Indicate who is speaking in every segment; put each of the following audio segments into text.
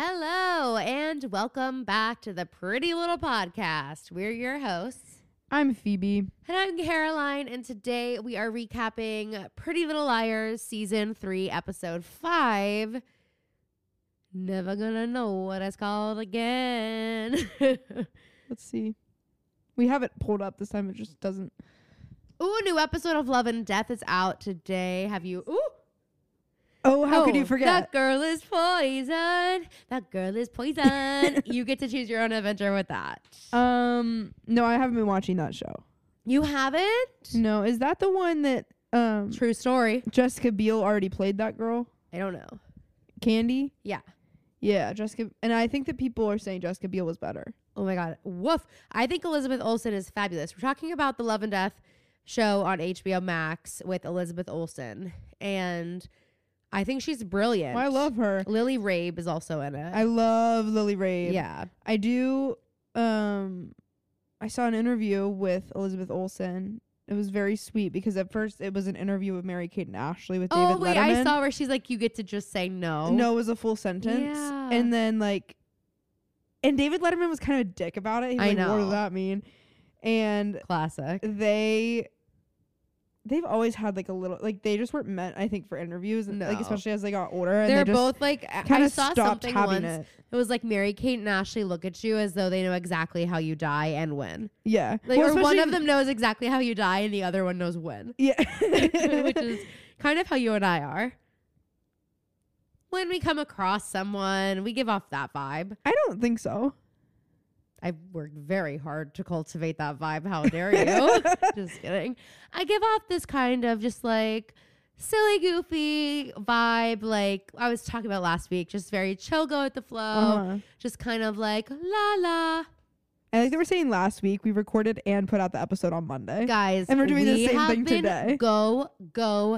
Speaker 1: Hello, and welcome back to the Pretty Little Podcast. We're your hosts.
Speaker 2: I'm Phoebe.
Speaker 1: And I'm Caroline, and today we are recapping Pretty Little Liars Season 3, Episode 5. Never gonna know what it's called again.
Speaker 2: Let's see. We have it pulled up this time. It just doesn't.
Speaker 1: ooh, a new episode of Love and Death is out today. Have you? Ooh,
Speaker 2: Oh, how could
Speaker 1: Oh,
Speaker 2: you forget?
Speaker 1: That girl is poison. That girl is poison. you get to choose your own adventure with that.
Speaker 2: um, no, I haven't been watching that show.
Speaker 1: you haven't?
Speaker 2: No, is that the one that um
Speaker 1: True story.
Speaker 2: Jessica Biel already played that girl,
Speaker 1: I don't know.
Speaker 2: Candy?
Speaker 1: Yeah.
Speaker 2: Yeah, Jessica, and I think that people are saying Jessica Biel was better.
Speaker 1: Oh my God. Woof. I think Elizabeth Olsen is fabulous. We're talking about the Love and Death show on HBO Max with Elizabeth Olsen. And I think she's brilliant.
Speaker 2: I love her.
Speaker 1: Lily Rabe is also in it.
Speaker 2: I love Lily Rabe.
Speaker 1: yeah.
Speaker 2: I do. Um, I saw an interview with Elizabeth Olsen. It was very sweet because at first it was an interview with Mary Kate and Ashley with
Speaker 1: Oh,
Speaker 2: David
Speaker 1: wait.
Speaker 2: Letterman.
Speaker 1: I saw where she's like, you get to just say no.
Speaker 2: No, it was a full sentence.
Speaker 1: Oh. Yeah.
Speaker 2: And then like and David Letterman was kind of a dick about it. He was
Speaker 1: I
Speaker 2: like, what
Speaker 1: know.
Speaker 2: does that mean? And
Speaker 1: Classic.
Speaker 2: they they've always had like a little like they just weren't meant, I think, for interviews and
Speaker 1: No.
Speaker 2: like especially as they got older and
Speaker 1: They're
Speaker 2: they
Speaker 1: both like, I-
Speaker 2: kind
Speaker 1: I
Speaker 2: of
Speaker 1: saw
Speaker 2: stopped
Speaker 1: something
Speaker 2: having
Speaker 1: once.
Speaker 2: it.
Speaker 1: It was like Mary Kate and Ashley look at you as though they know exactly how you die and when.
Speaker 2: Yeah.
Speaker 1: Like,
Speaker 2: Well,
Speaker 1: or one of
Speaker 2: especially-
Speaker 1: them knows exactly how you die and the other one knows when.
Speaker 2: Yeah.
Speaker 1: which is kind of how you and I are. When we come across someone, we give off that vibe.
Speaker 2: I don't think so.
Speaker 1: I've worked very hard to cultivate that vibe. How dare you? just kidding. I give off this kind of just like silly, goofy vibe. Like I was talking about last week, just very chill, go with the flow.
Speaker 2: Uh-huh.
Speaker 1: Just kind of like la la.
Speaker 2: And like they were saying last week, we recorded and put out the episode on Monday.
Speaker 1: Guys,
Speaker 2: And we're doing the
Speaker 1: we
Speaker 2: same
Speaker 1: have
Speaker 2: thing
Speaker 1: been
Speaker 2: today.
Speaker 1: Go, go,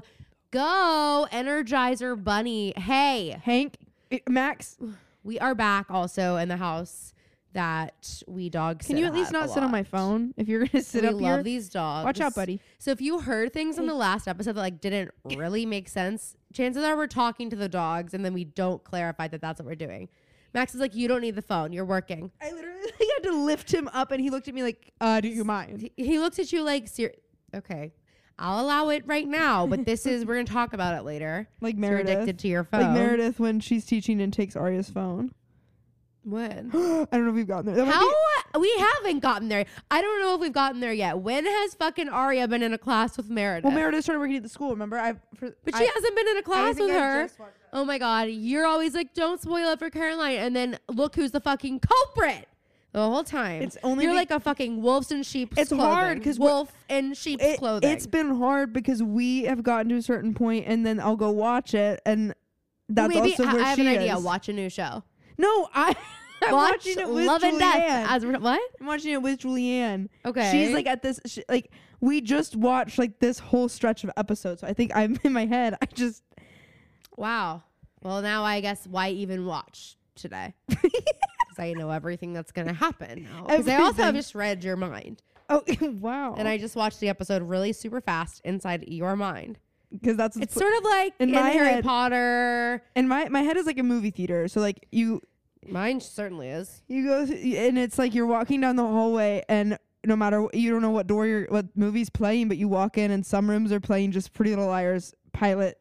Speaker 1: go. Energizer Bunny. Hey.
Speaker 2: Hank, eh, Max,
Speaker 1: We are back also in the house that we dog sit
Speaker 2: can you at least
Speaker 1: at
Speaker 2: not
Speaker 1: a
Speaker 2: sit on
Speaker 1: lot.
Speaker 2: my phone if you're gonna sit
Speaker 1: we
Speaker 2: up
Speaker 1: love
Speaker 2: here?
Speaker 1: these dogs.
Speaker 2: Watch out, buddy.
Speaker 1: So if you heard things in the last episode that like didn't really make sense, chances are we're talking to the dogs and then we don't clarify that that's what we're doing. Max is like, you don't need the phone. You're working.
Speaker 2: I literally had to lift him up, and he looked at me like, uh, "Do you mind?"
Speaker 1: He- He looks at you like, ser- okay, I'll allow it right now, but this is we're gonna talk about it later.
Speaker 2: Like
Speaker 1: You're
Speaker 2: Meredith,
Speaker 1: addicted to your phone.
Speaker 2: like Meredith when she's teaching and takes Arya's phone.
Speaker 1: When?
Speaker 2: I don't know if we've gotten there. That might
Speaker 1: How we haven't gotten there. I don't know if we've gotten there yet. When has fucking Arya been in a class with Meredith?
Speaker 2: Be, well, Meredith started working at the school. Remember, I. For,
Speaker 1: but
Speaker 2: I-
Speaker 1: she hasn't been in a
Speaker 2: I
Speaker 1: class
Speaker 2: think
Speaker 1: with
Speaker 2: I
Speaker 1: her.
Speaker 2: just watched that.
Speaker 1: Oh my god, you're always like, don't spoil it for Caroline, and then look who's the fucking culprit the whole time.
Speaker 2: It's only
Speaker 1: you're
Speaker 2: be-
Speaker 1: like a fucking wolves and sheep.
Speaker 2: It's hard 'cause we're-
Speaker 1: wolf and sheep's
Speaker 2: It,
Speaker 1: clothing.
Speaker 2: it's been hard because we have gotten to a certain point, and then I'll go watch it, and that's
Speaker 1: maybe
Speaker 2: also
Speaker 1: I,
Speaker 2: where
Speaker 1: I have
Speaker 2: she
Speaker 1: an idea.
Speaker 2: is.
Speaker 1: Watch a new show.
Speaker 2: No, I. I'm
Speaker 1: Watch
Speaker 2: watching it with
Speaker 1: Love and Death.
Speaker 2: Julianne.
Speaker 1: As we're, what?
Speaker 2: I'm watching it with Julianne.
Speaker 1: Okay.
Speaker 2: She's like at this, sh like, we just watched like this whole stretch of episodes. So I think I'm in my head. I just,
Speaker 1: Wow. Well, now I guess why even watch today? Because I know everything that's going to happen now. Because I also
Speaker 2: Everything.
Speaker 1: just read your mind.
Speaker 2: oh, wow.
Speaker 1: And I just watched the episode really super fast inside your mind.
Speaker 2: because that's,
Speaker 1: It's
Speaker 2: it's
Speaker 1: sort of like in,
Speaker 2: In my
Speaker 1: Harry
Speaker 2: head-
Speaker 1: Potter.
Speaker 2: and my, my head is like a movie theater. So like you,
Speaker 1: Mine certainly is.
Speaker 2: you go, th- and it's like you're walking down the hallway and no matter, wh- you don't know what door you're, what movie's playing, but you walk in and some rooms are playing just Pretty Little Liars pilot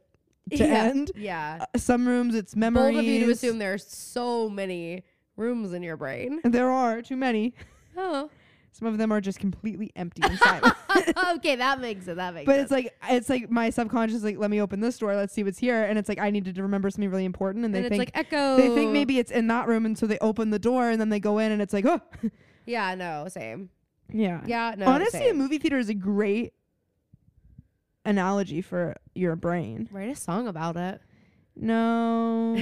Speaker 2: to
Speaker 1: yeah.
Speaker 2: end.
Speaker 1: Yeah.
Speaker 2: Uh, Some rooms it's memories.
Speaker 1: Bold of you to assume there's so many rooms in your brain.
Speaker 2: there are too many.
Speaker 1: Oh.
Speaker 2: Some of them are just completely empty and silent.
Speaker 1: Oh, okay, that makes it. That makes
Speaker 2: But
Speaker 1: sense.
Speaker 2: it's like it's like my subconscious is like let me open this door, let's see what's here, and it's like I needed to remember something really important, and they
Speaker 1: and it's
Speaker 2: think
Speaker 1: like echo.
Speaker 2: they think maybe it's in that room, and so they open the door, and then they go in, and it's like oh,
Speaker 1: Yeah, no, same.
Speaker 2: yeah,
Speaker 1: Yeah, no.
Speaker 2: Honestly, a
Speaker 1: same.
Speaker 2: movie theater is a great analogy for your brain.
Speaker 1: write a song about it.
Speaker 2: No,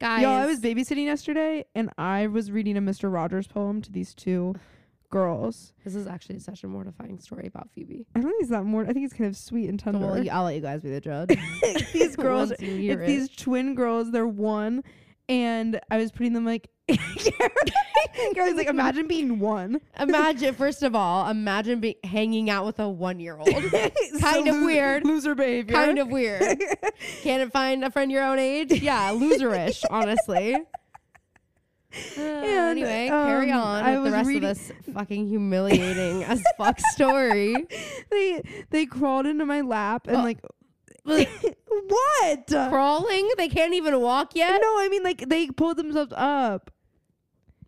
Speaker 1: Guys.
Speaker 2: y'all, I was babysitting yesterday, and I was reading a Mister Rogers poem to these two girls.
Speaker 1: This is actually such a mortifying story about Phoebe.
Speaker 2: I don't think it's that more. I think it's kind of sweet and tender.
Speaker 1: Well, I'll let you guys be the judge.
Speaker 2: these girls
Speaker 1: Once you hear
Speaker 2: it's
Speaker 1: it.
Speaker 2: these twin girls. They're one, and I was putting them like. Gary's like, imagine being one.
Speaker 1: imagine, first of all, imagine be- hanging out with a one-year-old.
Speaker 2: kind
Speaker 1: of weird.
Speaker 2: loser behavior.
Speaker 1: kind of weird. Can't find a friend your own age? Yeah, loserish, honestly. Uh,
Speaker 2: And,
Speaker 1: anyway, carry
Speaker 2: um,
Speaker 1: on
Speaker 2: I
Speaker 1: with the
Speaker 2: was
Speaker 1: rest
Speaker 2: reading-
Speaker 1: of this fucking humiliating as fuck story.
Speaker 2: they they crawled into my lap and
Speaker 1: Oh.
Speaker 2: like
Speaker 1: Like,
Speaker 2: what?
Speaker 1: Crawling, they can't even walk yet.
Speaker 2: No, I mean like they pulled themselves up.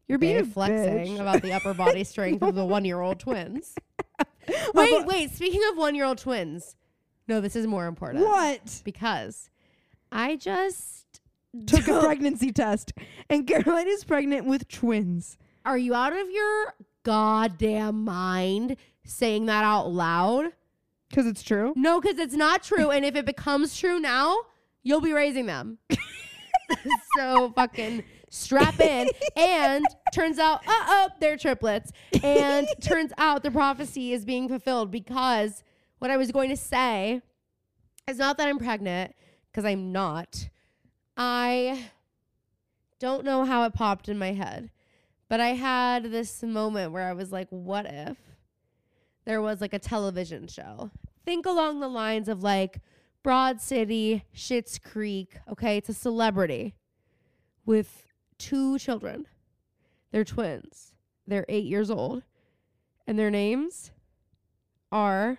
Speaker 2: You're being
Speaker 1: Okay,
Speaker 2: a
Speaker 1: flexing
Speaker 2: bitch.
Speaker 1: about the upper body strength of the one-year-old twins.
Speaker 2: Of
Speaker 1: Wait,
Speaker 2: a-
Speaker 1: wait. Speaking of one-year-old twins, no, this is more important.
Speaker 2: What?
Speaker 1: Because I just
Speaker 2: Took a pregnancy test, and Caroline is pregnant with twins.
Speaker 1: Are you out of your goddamn mind saying that out loud?
Speaker 2: Cause it's true.
Speaker 1: No, because it's not true. And if it becomes true now, you'll be raising them. so fucking strap in. And turns out, uh oh, they're triplets. And turns out the prophecy is being fulfilled because what I was going to say is not that I'm pregnant, because I'm not. I don't know how it popped in my head, but I had this moment where I was like, what if there was like a television show? think along the lines of like Broad City, Schitt's Creek. Okay, it's a celebrity with two children. They're twins. They're eight years old, and their names are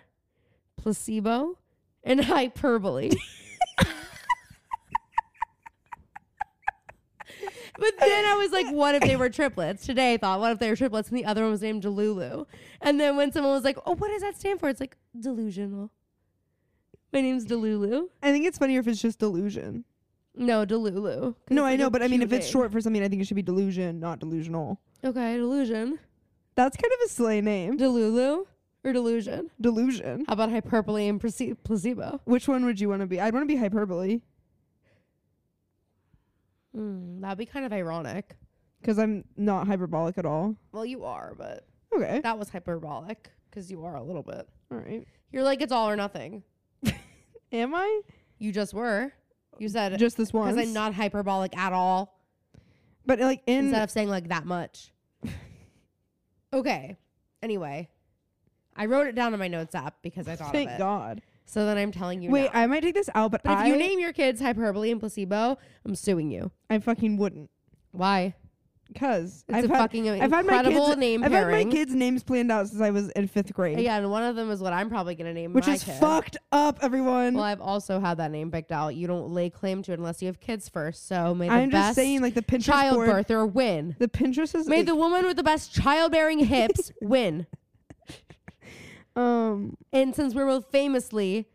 Speaker 1: placebo and hyperbole. But then I was like, what if they were triplets? Today I thought, what if they were triplets? And the other one was named Delulu. And then when someone was like, oh, what does that stand for? It's like delusional. My name's Delulu.
Speaker 2: I think it's funnier if it's just delusion.
Speaker 1: No, Delulu. 'Cause it's
Speaker 2: No, I
Speaker 1: like
Speaker 2: know,
Speaker 1: a
Speaker 2: but I mean,
Speaker 1: cute
Speaker 2: if it's
Speaker 1: name.
Speaker 2: short for something, I think it should be delusion, not delusional.
Speaker 1: Okay, delusion.
Speaker 2: That's kind of a slay name.
Speaker 1: Delulu or delusion?
Speaker 2: Delusion.
Speaker 1: How about hyperbole and place- placebo?
Speaker 2: Which one would you want to be? I'd want to be hyperbole
Speaker 1: Mm, that'd be kind of ironic.
Speaker 2: because I'm not hyperbolic at all.
Speaker 1: Well, you are, but
Speaker 2: Okay.
Speaker 1: that was hyperbolic because you are a little bit.
Speaker 2: All right.
Speaker 1: You're like, it's all or nothing.
Speaker 2: Am I?
Speaker 1: You just were. You said,
Speaker 2: Just this one.
Speaker 1: because I'm not hyperbolic at all.
Speaker 2: But like in
Speaker 1: instead of saying like that much. okay. Anyway, I wrote it down in my notes app because I thought
Speaker 2: thank
Speaker 1: of it.
Speaker 2: God.
Speaker 1: So then I'm telling you.
Speaker 2: Wait,
Speaker 1: now.
Speaker 2: I might take this out, but,
Speaker 1: but if
Speaker 2: I
Speaker 1: you name your kids hyperbole and placebo, I'm suing you.
Speaker 2: I fucking wouldn't
Speaker 1: Why?
Speaker 2: because
Speaker 1: It's
Speaker 2: I've
Speaker 1: a
Speaker 2: had
Speaker 1: fucking
Speaker 2: I've had my
Speaker 1: incredible
Speaker 2: kids
Speaker 1: name
Speaker 2: I've had
Speaker 1: pairing.
Speaker 2: my kids names planned out since I was in fifth grade,
Speaker 1: yeah, and one of them is what I'm probably gonna name.
Speaker 2: which
Speaker 1: my
Speaker 2: is
Speaker 1: kid.
Speaker 2: fucked up, everyone.
Speaker 1: Well, I've also had that name picked out. You don't lay claim to it unless you have kids first. So may the
Speaker 2: I'm
Speaker 1: best
Speaker 2: just saying, like the Pinterest board,
Speaker 1: childbirth or win.
Speaker 2: the Pinterest is
Speaker 1: May the woman with the best childbearing hips win.
Speaker 2: um
Speaker 1: And since we're both famously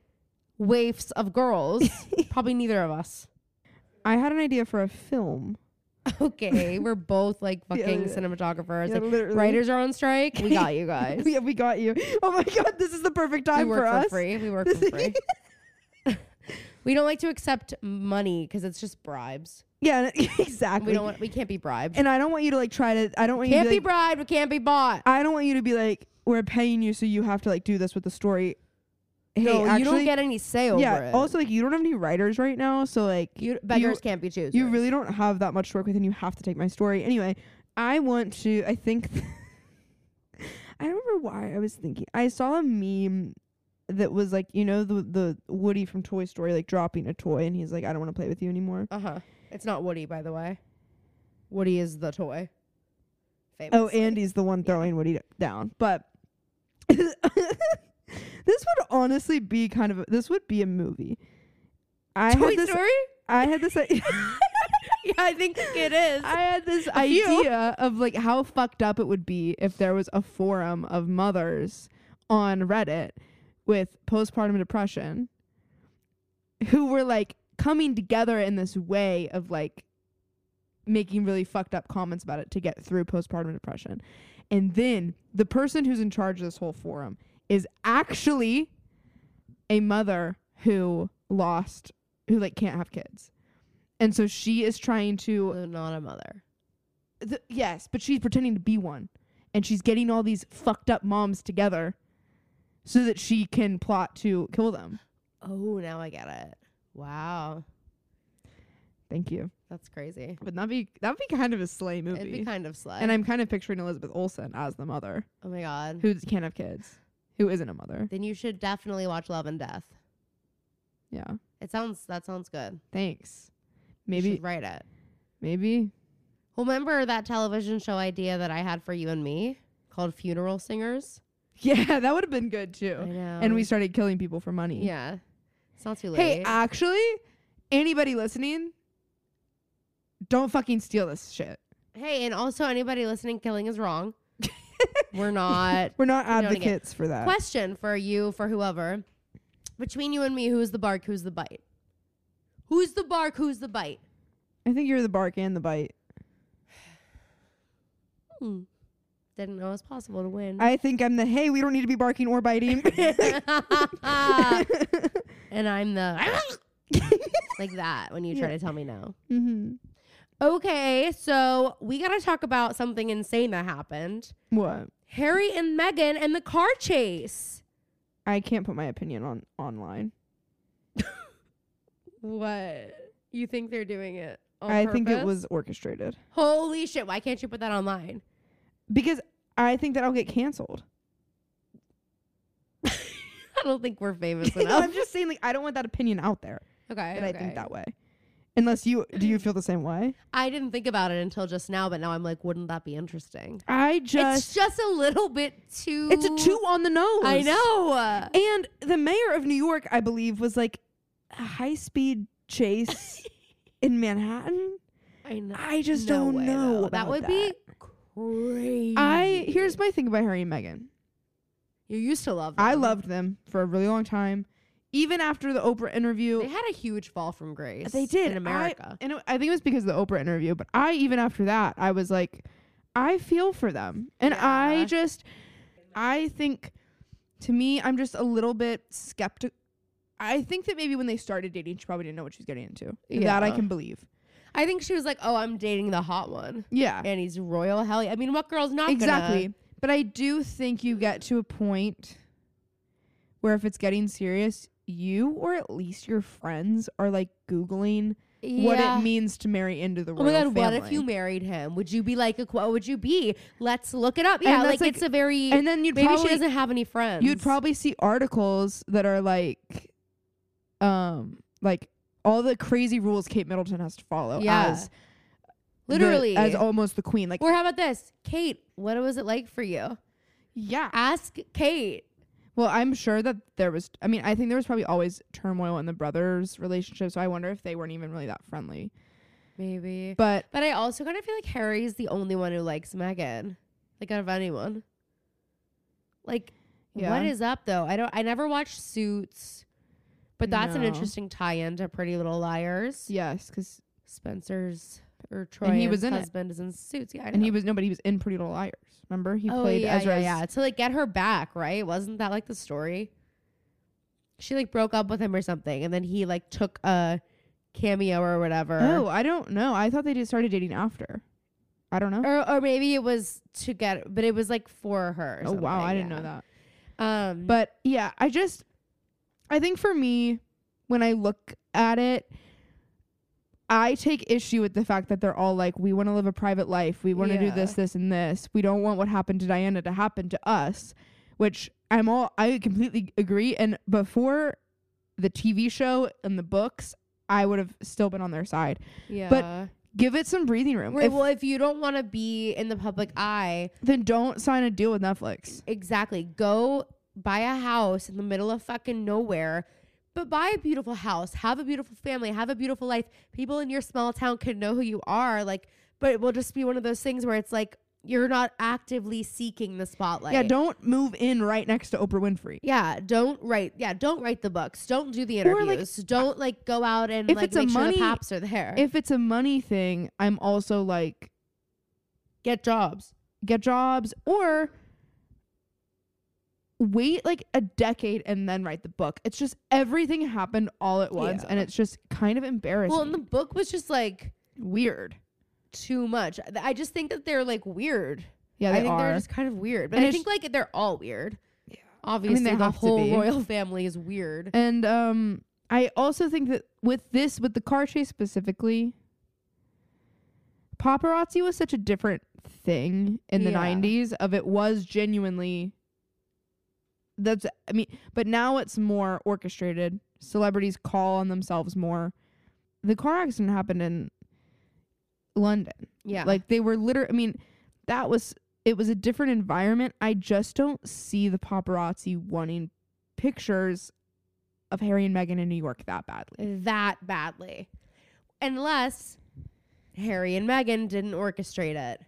Speaker 1: waifs of girls, probably neither of us.
Speaker 2: I had an idea for a film.
Speaker 1: Okay, we're both like
Speaker 2: Yeah,
Speaker 1: fucking
Speaker 2: yeah.
Speaker 1: cinematographers.
Speaker 2: Yeah,
Speaker 1: like
Speaker 2: literally.
Speaker 1: writers are on strike. We got you guys.
Speaker 2: Yeah, we got you. Oh my god, this is the perfect
Speaker 1: we
Speaker 2: time
Speaker 1: work
Speaker 2: for
Speaker 1: for,
Speaker 2: us.
Speaker 1: free. We work for free. we don't like to accept money because it's just bribes.
Speaker 2: Yeah, and-
Speaker 1: And
Speaker 2: exactly.
Speaker 1: We don't. Want, we can't be bribed.
Speaker 2: and I don't want you to like try to. I don't want you
Speaker 1: can't
Speaker 2: to
Speaker 1: be
Speaker 2: like,
Speaker 1: bribed. We can't be bought.
Speaker 2: I don't want you to be like we're paying you, so you have to like do this with the story. Hey,
Speaker 1: no,
Speaker 2: actually,
Speaker 1: you don't get any say over
Speaker 2: yeah.
Speaker 1: it.
Speaker 2: Also, like you don't have any writers right now, so like
Speaker 1: you beggars can't be choosers.
Speaker 2: you really don't have that much to work with, and you have to take my story anyway. I want to. I think. I don't remember why I was thinking. I saw a meme that was like you know the the Woody from Toy Story like dropping a toy, and he's like, I don't want to play with you anymore.
Speaker 1: Uh huh. It's not Woody, by the way. Woody is the toy.
Speaker 2: Oh,
Speaker 1: Famously.
Speaker 2: Andy's the one throwing Woody d- down. But this would honestly be kind of a, this would be a movie. I
Speaker 1: Toy
Speaker 2: had this.
Speaker 1: Story?
Speaker 2: I had this. i-
Speaker 1: yeah, I think it is.
Speaker 2: I had this
Speaker 1: few.
Speaker 2: idea of like how fucked up it would be if there was a forum of mothers on Reddit with postpartum depression who were like coming together in this way of like making really fucked up comments about it to get through postpartum depression. And then the person who's in charge of this whole forum is actually a mother who lost who like can't have kids. And so she is trying to
Speaker 1: So not a mother.
Speaker 2: Th yes, but she's pretending to be one, and she's getting all these fucked up moms together, so that she can plot to kill them.
Speaker 1: Oh, now I get it. Wow,
Speaker 2: Thank you.
Speaker 1: that's crazy.
Speaker 2: But that'd be that'd be kind of a slay
Speaker 1: It'd be
Speaker 2: movie.
Speaker 1: kind of slay.
Speaker 2: And I'm kind of picturing Elizabeth Olsen as the mother
Speaker 1: oh my god.
Speaker 2: who can't have kids, who isn't a mother.
Speaker 1: Then you should definitely watch Love and Death.
Speaker 2: Yeah.
Speaker 1: It sounds that sounds good.
Speaker 2: Thanks.
Speaker 1: You
Speaker 2: Maybe
Speaker 1: should write it.
Speaker 2: maybe
Speaker 1: Well, remember that television show idea that I had for you and me called Funeral Singers?
Speaker 2: Yeah, that would have been good too.
Speaker 1: I know.
Speaker 2: Oh. And we started killing people for money.
Speaker 1: Yeah. It's not too late.
Speaker 2: Hey, actually, anybody listening, don't fucking steal this shit.
Speaker 1: Hey, and also anybody listening, killing is wrong. We're not.
Speaker 2: We're not
Speaker 1: don't get-
Speaker 2: advocates for that.
Speaker 1: Question for you, for whoever. Between you and me, who's the bark, who's the bite? Who's the bark, who's the bite?
Speaker 2: I think you're the bark and the bite.
Speaker 1: Hmm. Didn't know it was possible to win.
Speaker 2: I think I'm the hey, we don't need to be barking or biting.
Speaker 1: and I'm the like that when you try to tell me no.
Speaker 2: hmm
Speaker 1: Okay, so we got to talk about something insane that happened.
Speaker 2: What?
Speaker 1: Harry and Meghan and the car chase.
Speaker 2: I can't put my opinion on online.
Speaker 1: What? You think they're doing it?
Speaker 2: I think it was orchestrated
Speaker 1: Holy shit, why can't you put that online?
Speaker 2: because I think that I'll get canceled.
Speaker 1: I don't think we're famous
Speaker 2: I'm
Speaker 1: enough.
Speaker 2: just saying, like, I don't want that opinion out there
Speaker 1: okay.
Speaker 2: that I think
Speaker 1: okay.
Speaker 2: that way. Unless you do, you feel the same way?
Speaker 1: I didn't think about it until just now, but now I'm like, wouldn't that be interesting?
Speaker 2: I just
Speaker 1: it's just a little bit too.
Speaker 2: It's a two on the nose.
Speaker 1: I know.
Speaker 2: And the mayor of New York, I believe, was like a high speed chase in Manhattan.
Speaker 1: I know.
Speaker 2: I just
Speaker 1: No
Speaker 2: don't
Speaker 1: way,
Speaker 2: know.
Speaker 1: though. that
Speaker 2: about
Speaker 1: would be crazy.
Speaker 2: I here's my thing about Harry and Meghan.
Speaker 1: You used to love. Them.
Speaker 2: I loved them for a really long time. Even after the Oprah
Speaker 1: They
Speaker 2: interview,
Speaker 1: had a huge fall from grace.
Speaker 2: they did
Speaker 1: in
Speaker 2: I-
Speaker 1: America.
Speaker 2: and it- I think it was because of the Oprah interview. But I even after that, I was like, I feel for them, and I
Speaker 1: Yeah.
Speaker 2: just, I think, to me, I'm just a little bit skeptical. I think that maybe when they started dating, she probably didn't know what she was getting into. That I
Speaker 1: Yeah.
Speaker 2: can believe.
Speaker 1: I, think she was like, "Oh, I'm dating the hot one,
Speaker 2: Yeah,
Speaker 1: and he's royal hell." I mean, what girl's not
Speaker 2: exactly. But I do think you get to a point where if it's getting serious, you or at least your friends are like googling
Speaker 1: Gonna,
Speaker 2: what
Speaker 1: Yeah.
Speaker 2: it means to marry into the
Speaker 1: Oh
Speaker 2: royal
Speaker 1: my god! What
Speaker 2: family.
Speaker 1: if you married him? Would you be like a? qu- What would you be? Let's look it up. Yeah,
Speaker 2: that's,
Speaker 1: like,
Speaker 2: like-
Speaker 1: it's a very.
Speaker 2: and then you'd
Speaker 1: maybe she
Speaker 2: probably
Speaker 1: doesn't have any friends.
Speaker 2: you'd probably see articles that are like, um, like all the crazy rules Kate Middleton has to follow.
Speaker 1: Yeah.
Speaker 2: as the-
Speaker 1: literally.
Speaker 2: as almost the queen. Like,
Speaker 1: or how about this, Kate? What was it like for you?
Speaker 2: yeah.
Speaker 1: Ask Kate.
Speaker 2: Well, I'm sure that there was. I mean, I think there was probably always turmoil in the brothers' relationship. So I wonder if they weren't even really that friendly.
Speaker 1: Maybe.
Speaker 2: But
Speaker 1: But I also kind of feel like Harry's the only one who likes Megan, like out of anyone. Like,
Speaker 2: Yeah.
Speaker 1: what is up though? I don't. I never watched Suits, but that's an
Speaker 2: No.
Speaker 1: interesting tie-in to Pretty Little Liars.
Speaker 2: yes, because
Speaker 1: Spencer's or Troy's
Speaker 2: And he was in it.
Speaker 1: husband is in Suits. Yeah, I know.
Speaker 2: and he was nobody. He was in Pretty Little Liars. Remember, he
Speaker 1: oh,
Speaker 2: played
Speaker 1: yeah,
Speaker 2: Ezra.
Speaker 1: Yeah, yeah, to like get her back, right? Wasn't that like the story? She like broke up with him or something, and then he like took a cameo or whatever.
Speaker 2: Oh, I don't know. I thought they just started dating after. I don't know.
Speaker 1: Or, or maybe it was to get, but it was like for her. or
Speaker 2: Oh wow, I
Speaker 1: something,
Speaker 2: didn't
Speaker 1: yeah.
Speaker 2: know that.
Speaker 1: Um, but
Speaker 2: But yeah, I just I think for me when I look at it I take issue with the fact that they're all like we want to live a private life. We want to do
Speaker 1: Yeah.
Speaker 2: this this and this. We don't want what happened to Diana to happen to us, which I'm all I completely agree and before the TV show and the books, I would have still been on their side.
Speaker 1: yeah,
Speaker 2: Give it some breathing room.
Speaker 1: Right,
Speaker 2: If-
Speaker 1: well, if you don't want to be in the public eye,
Speaker 2: then don't sign a deal with Netflix.
Speaker 1: exactly, go buy a house in the middle of fucking nowhere. But buy a beautiful house, have a beautiful family, have a beautiful life. People in your small town can know who you are. Like, but it will just be one of those things where it's like you're not actively seeking the spotlight.
Speaker 2: Yeah, don't move in right next to Oprah Winfrey.
Speaker 1: Yeah, don't write. Yeah, don't write the books. Don't do the
Speaker 2: Or,
Speaker 1: interviews.
Speaker 2: like,
Speaker 1: don't like go out and
Speaker 2: if
Speaker 1: like
Speaker 2: it's a
Speaker 1: make sure
Speaker 2: money-
Speaker 1: the paps are there.
Speaker 2: if it's a money thing, I'm also like
Speaker 1: Get jobs.
Speaker 2: get jobs or wait like a decade and then write the book. It's just everything happened all at once and
Speaker 1: Yeah.
Speaker 2: it's just kind of embarrassing.
Speaker 1: Well, and the book was just like
Speaker 2: weird.
Speaker 1: too much. Th- I just think that they're like weird. I
Speaker 2: Yeah, they
Speaker 1: think
Speaker 2: are.
Speaker 1: they're just kind of weird. But
Speaker 2: And
Speaker 1: I
Speaker 2: it's-
Speaker 1: think like they're all weird.
Speaker 2: Yeah.
Speaker 1: Obviously,
Speaker 2: they
Speaker 1: the
Speaker 2: have to
Speaker 1: whole
Speaker 2: be.
Speaker 1: royal family is weird.
Speaker 2: and um I also think that with this with the car chase specifically paparazzi was such a different thing in the
Speaker 1: Yeah.
Speaker 2: 90s of it was genuinely that's I mean but now it's more orchestrated celebrities call on themselves more the car accident happened in London
Speaker 1: Yeah.
Speaker 2: Like they were literally, I mean, that was, it was a different environment. I just don't see the paparazzi wanting pictures of Harry and Meghan in New York that badly.
Speaker 1: that badly. Unless Harry and Meghan didn't orchestrate it.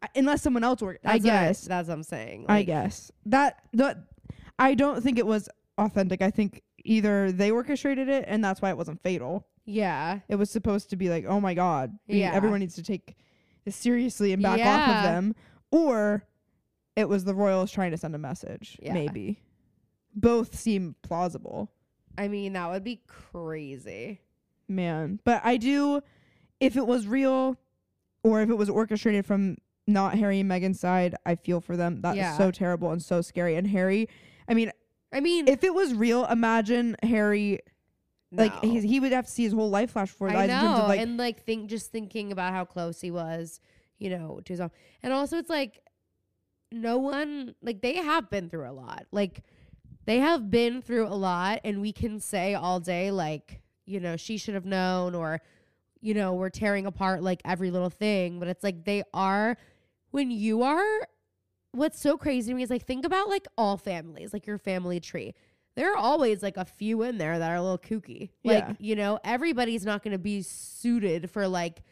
Speaker 2: I- Unless someone else were, I
Speaker 1: That's what
Speaker 2: guess.
Speaker 1: that's what I'm saying.
Speaker 2: I
Speaker 1: Like,
Speaker 2: guess. That, that, I don't think it was authentic. I think either they orchestrated it and that's why it wasn't fatal.
Speaker 1: Yeah.
Speaker 2: It was supposed to be like, oh my God, we-
Speaker 1: Yeah.
Speaker 2: everyone needs to take this seriously and back off
Speaker 1: Yeah.
Speaker 2: of them. Or it was the royals trying to send a message,
Speaker 1: Yeah.
Speaker 2: maybe. Both seem plausible,
Speaker 1: I mean, that would be crazy.
Speaker 2: man. But I do, if it was real or if it was orchestrated from not Harry and Meghan's side, I feel for them. That is
Speaker 1: Yeah.
Speaker 2: so terrible and so scary. And Harry, I mean,
Speaker 1: I mean,
Speaker 2: if it was real, imagine Harry, like,
Speaker 1: no.
Speaker 2: he, he would have to see his whole life flash before his
Speaker 1: I
Speaker 2: eyes
Speaker 1: know,
Speaker 2: in terms of like,
Speaker 1: and like think just thinking about how close he was, you know, to his own. And also, it's like no one like they have been through a lot. Like they have been through a lot, and we can say all day like you know she should have known, or you know we're tearing apart like every little thing. But it's like they are when you are. What's so crazy to me is like think about like all families, like your family tree there are always like a few in there that are a little kooky. Like,
Speaker 2: Yeah.
Speaker 1: you know, everybody's not going to be suited for like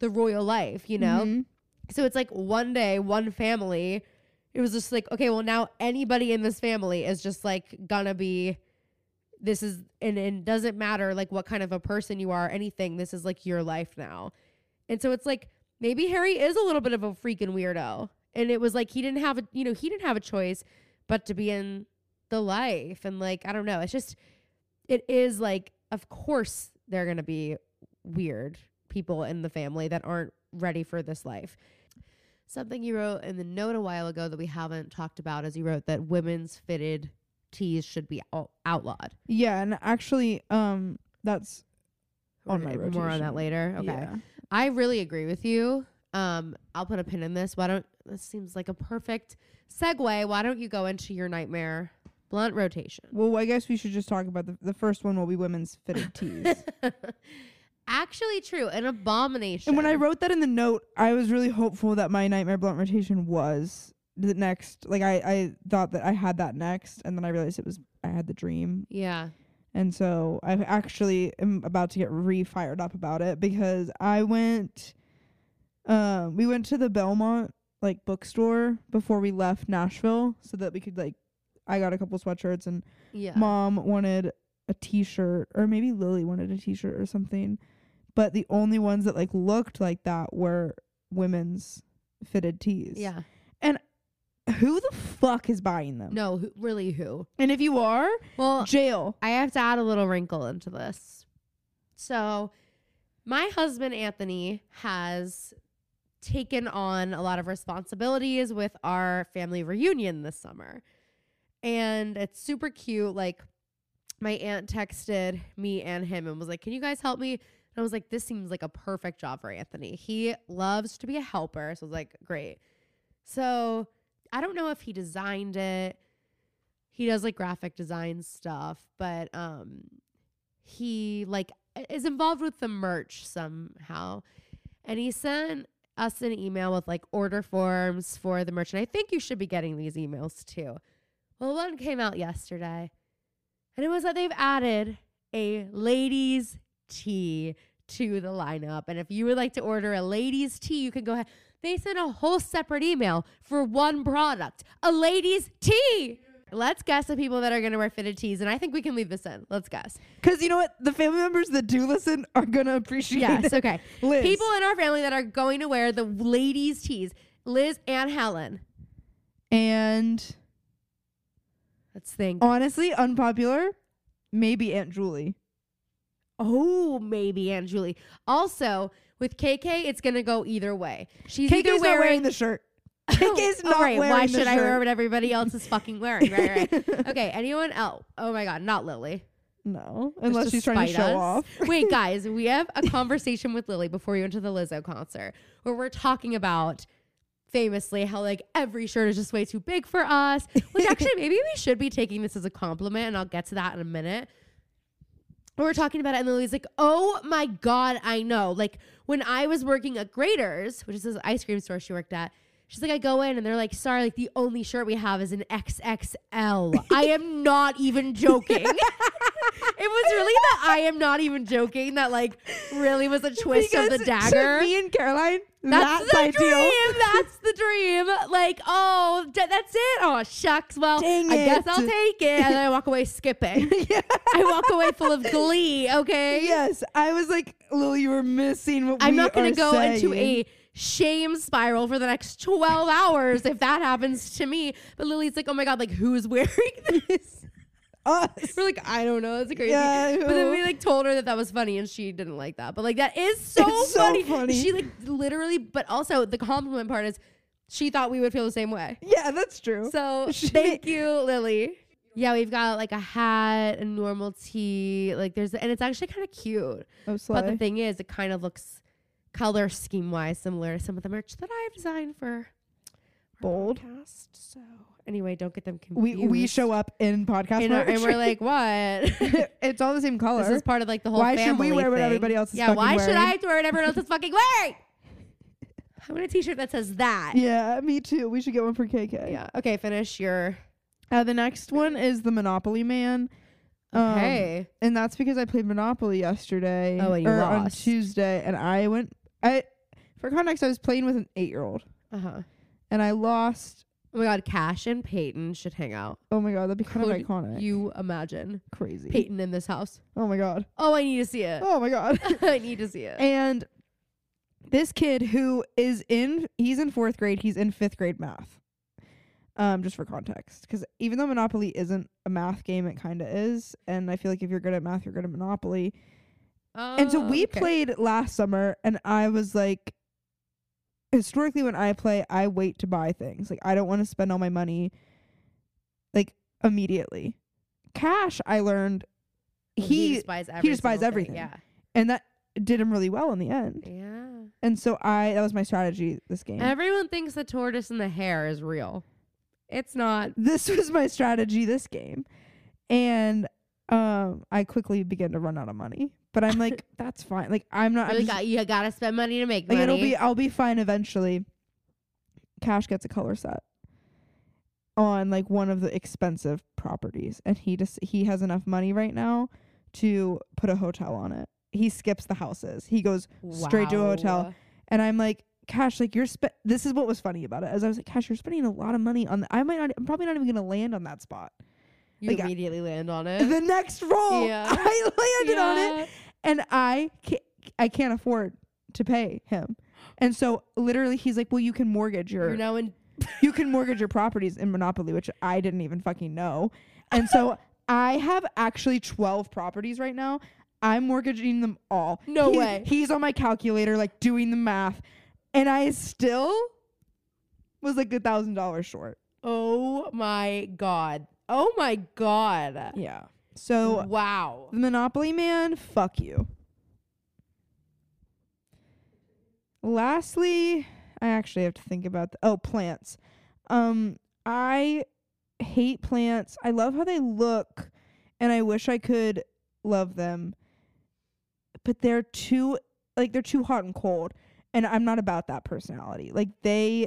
Speaker 1: the royal life, you know?
Speaker 2: Mhm.
Speaker 1: So it's like one day, one family, it was just like, okay, well, now anybody in this family is just like gonna be, this is, and it doesn't matter like what kind of a person you are, anything, this is like your life now. And so it's like, maybe Harry is a little bit of a freaking weirdo. And it was like, he didn't have a, you know, he didn't have a choice but to be in the life. And like, I don't know, it's just, it is like, of course, they're gonna be weird people in the family that aren't ready for this life. Something you wrote in the note a while ago that we haven't talked about is you wrote that women's fitted tees should be out- outlawed.
Speaker 2: Yeah, and actually, um, that's On my
Speaker 1: We're- more on that
Speaker 2: rotation.
Speaker 1: later. Okay, I really agree with you. Um, I'll put a pin in this. Why don't this seems like a perfect segue? Why don't you go into your nightmare blunt rotation?
Speaker 2: Well, I guess we should just talk about the the first one will be women's fitted tees.
Speaker 1: Actually, true, an abomination.
Speaker 2: and when I wrote that in the note, I was really hopeful that my nightmare blunt rotation was the next. Like I, I thought that I had that next, and then I realized it was I had the dream,
Speaker 1: yeah,
Speaker 2: and so I actually am about to get re fired up about it because I went. Uh, we went to the Belmont like bookstore before we left Nashville so that we could like. I got a couple sweatshirts and
Speaker 1: yeah,
Speaker 2: mom wanted a t-shirt or maybe lily wanted a t-shirt or something but the only ones that like looked like that were women's fitted tees
Speaker 1: yeah.
Speaker 2: who the fuck is buying them
Speaker 1: No, who, really, who?
Speaker 2: and if you are
Speaker 1: Well,
Speaker 2: jail
Speaker 1: I have to add a little wrinkle into this. So, my husband Anthony has taken on a lot of responsibilities with our family reunion this summer. And it's super cute. Like, my aunt texted me and him and was like, Can you guys help me? And I was like, This seems like a perfect job for Anthony. He loves to be a helper. So, I was like, Great. So, I don't know if he designed it he does like graphic design stuff, but um he like is involved with the merch somehow. And he sent us an email with like order forms for the merch. And I think you should be getting these emails too. Well, one came out yesterday, and it was that they've added a ladies' tee to the lineup. And if you would like to order a ladies' tee, you can go ahead. They sent a whole separate email for one product a ladies' tee. Let's guess the people that are going to wear fitted tees. And I think we can leave this in. Let's guess.
Speaker 2: because you know what the family members that do listen are gonna appreciate
Speaker 1: Yes.
Speaker 2: it
Speaker 1: Okay.
Speaker 2: Liz.
Speaker 1: People in our family that are going to wear the ladies' tees Liz and Helen.
Speaker 2: and
Speaker 1: Let's think.
Speaker 2: honestly unpopular maybe aunt julie
Speaker 1: Oh, maybe Aunt Julie. Also, with KK, it's gonna go either way. She's
Speaker 2: KK's
Speaker 1: either
Speaker 2: not wearing
Speaker 1: wearing,
Speaker 2: the shirt KK's not
Speaker 1: oh, right.
Speaker 2: wearing
Speaker 1: Why
Speaker 2: the
Speaker 1: should I
Speaker 2: shirt.
Speaker 1: wear what everybody else is fucking wearing? Right, right. okay. Anyone else? Oh my god, not Lily.
Speaker 2: no
Speaker 1: Just
Speaker 2: unless she's trying to show
Speaker 1: spite us.
Speaker 2: off
Speaker 1: Wait, guys, we have a conversation with Lily before we went to the Lizzo concert where we're talking about famously how like every shirt is just way too big for us. Which actually maybe we should be taking this as a compliment, and I'll get to that in a minute. But we're talking about it, and Lily's like, "Oh my god, I know." Like when I was working at Graders, which is this ice cream store she worked at, she's like, "I go in, and they're like, sorry, like the only shirt we have is an XXL." I am not even joking. it was really that I am not even joking that like really was a twist of
Speaker 2: Because
Speaker 1: the
Speaker 2: to
Speaker 1: dagger.
Speaker 2: me and Caroline,
Speaker 1: That's
Speaker 2: that's,
Speaker 1: the
Speaker 2: ideal.
Speaker 1: dream. That's the dream. Like, oh, d- that's it. Oh, shucks. Well,
Speaker 2: Dang
Speaker 1: I guess
Speaker 2: it.
Speaker 1: I'll take it. And then I walk away skipping.
Speaker 2: yeah.
Speaker 1: I walk away full of glee. Okay.
Speaker 2: Yes, I was like, Lily, you were missing what
Speaker 1: I'm
Speaker 2: we
Speaker 1: not going
Speaker 2: are
Speaker 1: to go into
Speaker 2: saying.
Speaker 1: a shame spiral for the next 12 hours if that happens to me. But Lily's like, oh my God, like, who's wearing this?
Speaker 2: us.
Speaker 1: We're like, I don't know. That's crazy.
Speaker 2: Yeah,
Speaker 1: but then
Speaker 2: who-
Speaker 1: we like told her that that was funny and she didn't like that. But like, that is so,
Speaker 2: It's so
Speaker 1: funny.
Speaker 2: funny.
Speaker 1: She like literally, but also the compliment part is she thought we would feel the same way.
Speaker 2: Yeah, that's true. Oh,
Speaker 1: So
Speaker 2: She-
Speaker 1: thank you, Lily. Yeah, we've got like a hat, a normal tee. Like there's, and it's actually kind of cute.
Speaker 2: oh,
Speaker 1: But the
Speaker 2: slay.
Speaker 1: thing is, it kind of looks color scheme wise similar to some of the merch that I've designed for our
Speaker 2: Bold.
Speaker 1: podcast. So anyway, don't get them
Speaker 2: We
Speaker 1: confused.
Speaker 2: we show up in podcast
Speaker 1: and, our- and we're like,
Speaker 2: merch.
Speaker 1: what?
Speaker 2: it's all the same color.
Speaker 1: this is part of like the whole.
Speaker 2: Why should we
Speaker 1: family
Speaker 2: wear what
Speaker 1: thing.
Speaker 2: everybody else is
Speaker 1: Yeah,
Speaker 2: fucking
Speaker 1: why should I
Speaker 2: wearing?
Speaker 1: have to wear what everyone else is fucking wearing? I want a T-shirt that says that.
Speaker 2: yeah, me too. We should get one for KK.
Speaker 1: Yeah. Okay, finish your.
Speaker 2: Uh, the next one is the Monopoly Man. Um,
Speaker 1: Okay.
Speaker 2: and that's because I played Monopoly yesterday.
Speaker 1: Oh, and you
Speaker 2: or on
Speaker 1: lost. Uh-huh. Oh Oh, Oh,
Speaker 2: oh Oh Um, um,
Speaker 1: "Uh,
Speaker 2: e,
Speaker 1: oh Oh.
Speaker 2: Oh. oh, Um,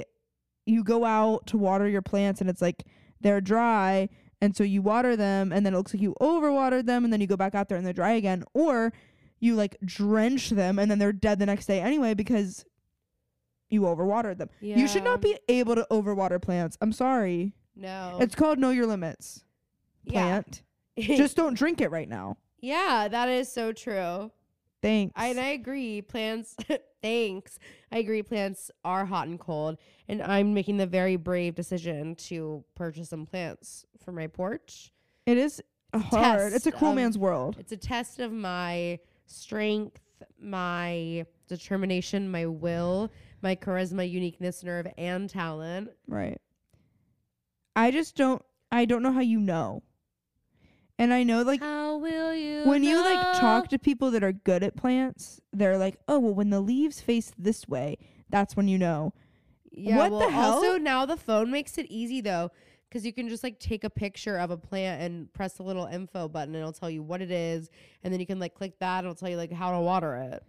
Speaker 1: because
Speaker 2: "Oh,
Speaker 1: you can just like take a picture of a plant and press the little info button and it'll tell you what it is and then you can like click that and it'll tell you like how to water it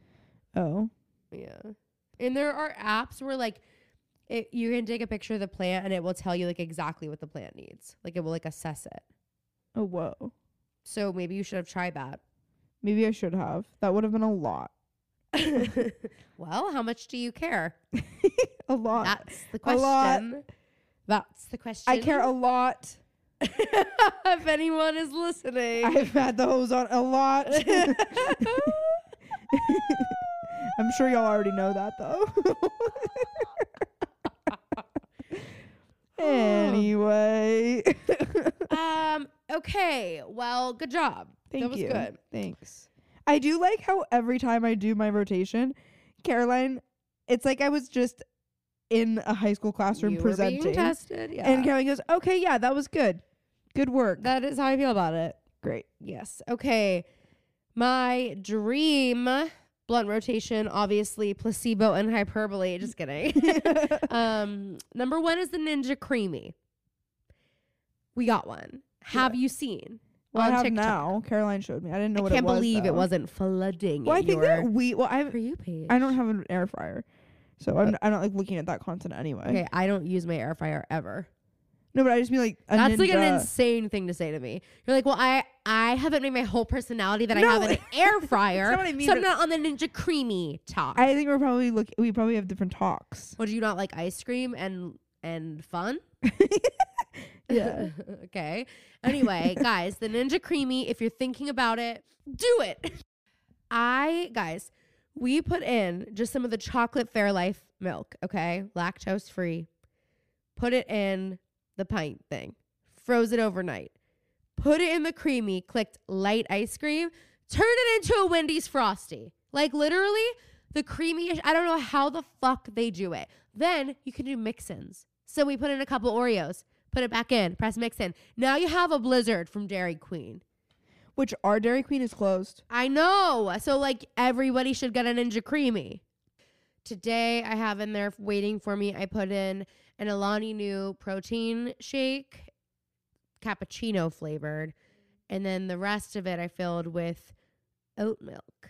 Speaker 2: Oh.
Speaker 1: yeah. And there are apps where like it, you can take a picture of the plant and it will tell you like exactly what the plant needs. Like it will like assess it.
Speaker 2: Oh, whoa.
Speaker 1: So maybe you should have tried that.
Speaker 2: Maybe I should have. That would have been a lot.
Speaker 1: well, how much do you care?
Speaker 2: A lot.
Speaker 1: That's the
Speaker 2: A lot.
Speaker 1: question. That's the question.
Speaker 2: I care a lot.
Speaker 1: if anyone is listening.
Speaker 2: I've had those on a lot. I'm sure y'all already know that though. anyway.
Speaker 1: um. Okay. Well, good job.
Speaker 2: Thank
Speaker 1: that was
Speaker 2: you.
Speaker 1: good.
Speaker 2: Thanks. I do like how every time I do my rotation, Caroline, it's like I was just in a high school classroom
Speaker 1: You were being
Speaker 2: presenting.
Speaker 1: tested. Yeah.
Speaker 2: And Caroline goes, Okay, yeah, that was good. Good work.
Speaker 1: that is how I feel about it.
Speaker 2: Great.
Speaker 1: Yes. Okay. My dream blunt rotation, obviously placebo and hyperbole. Just kidding. um, number one is the Ninja Creamy. We got one. Have you seen?
Speaker 2: Well, I
Speaker 1: on
Speaker 2: have
Speaker 1: TikTok.
Speaker 2: now. Caroline showed me. I didn't know
Speaker 1: I
Speaker 2: what
Speaker 1: can't
Speaker 2: it was.
Speaker 1: believe
Speaker 2: though.
Speaker 1: it wasn't flooding.
Speaker 2: Well, I think
Speaker 1: your
Speaker 2: that we. Well, I
Speaker 1: for you page.
Speaker 2: I don't have an air fryer, so I'm I'm not like looking at that content anyway.
Speaker 1: Uh, Okay, I don't use my air fryer ever.
Speaker 2: No, but I just mean like a
Speaker 1: That's like an
Speaker 2: Ninja-
Speaker 1: insane thing to say to me. You're like, well, I I haven't made my whole personality that I have
Speaker 2: No.
Speaker 1: an air fryer,
Speaker 2: not what I mean,
Speaker 1: so I'm
Speaker 2: but-
Speaker 1: not on the Ninja Creamy top.
Speaker 2: I think we're probably look. We probably have different talks.
Speaker 1: Would you not like ice cream and and fun?
Speaker 2: Yeah.
Speaker 1: okay. Anyway, guys, the Ninja Creamy, if you're thinking about it, do it. I, guys, we put in just some of the chocolate Fairlife milk, okay? Lactose free. Put it in the pint thing. Froze it overnight. Put it in the creamy, clicked light ice cream, turned it into a Wendy's Frosty. Like literally, the creamy, I don't know how the fuck they do it. Then you can do mix ins. So we put in a couple Oreos, put it back in, press mix in. Now you have a blizzard from Dairy Queen.
Speaker 2: Which our Dairy Queen is closed.
Speaker 1: I know. So like everybody should get a Ninja Creamy. Today I have in there waiting for me. I put in an Alani New protein shake, cappuccino flavored, and then the rest of it I filled with oat milk.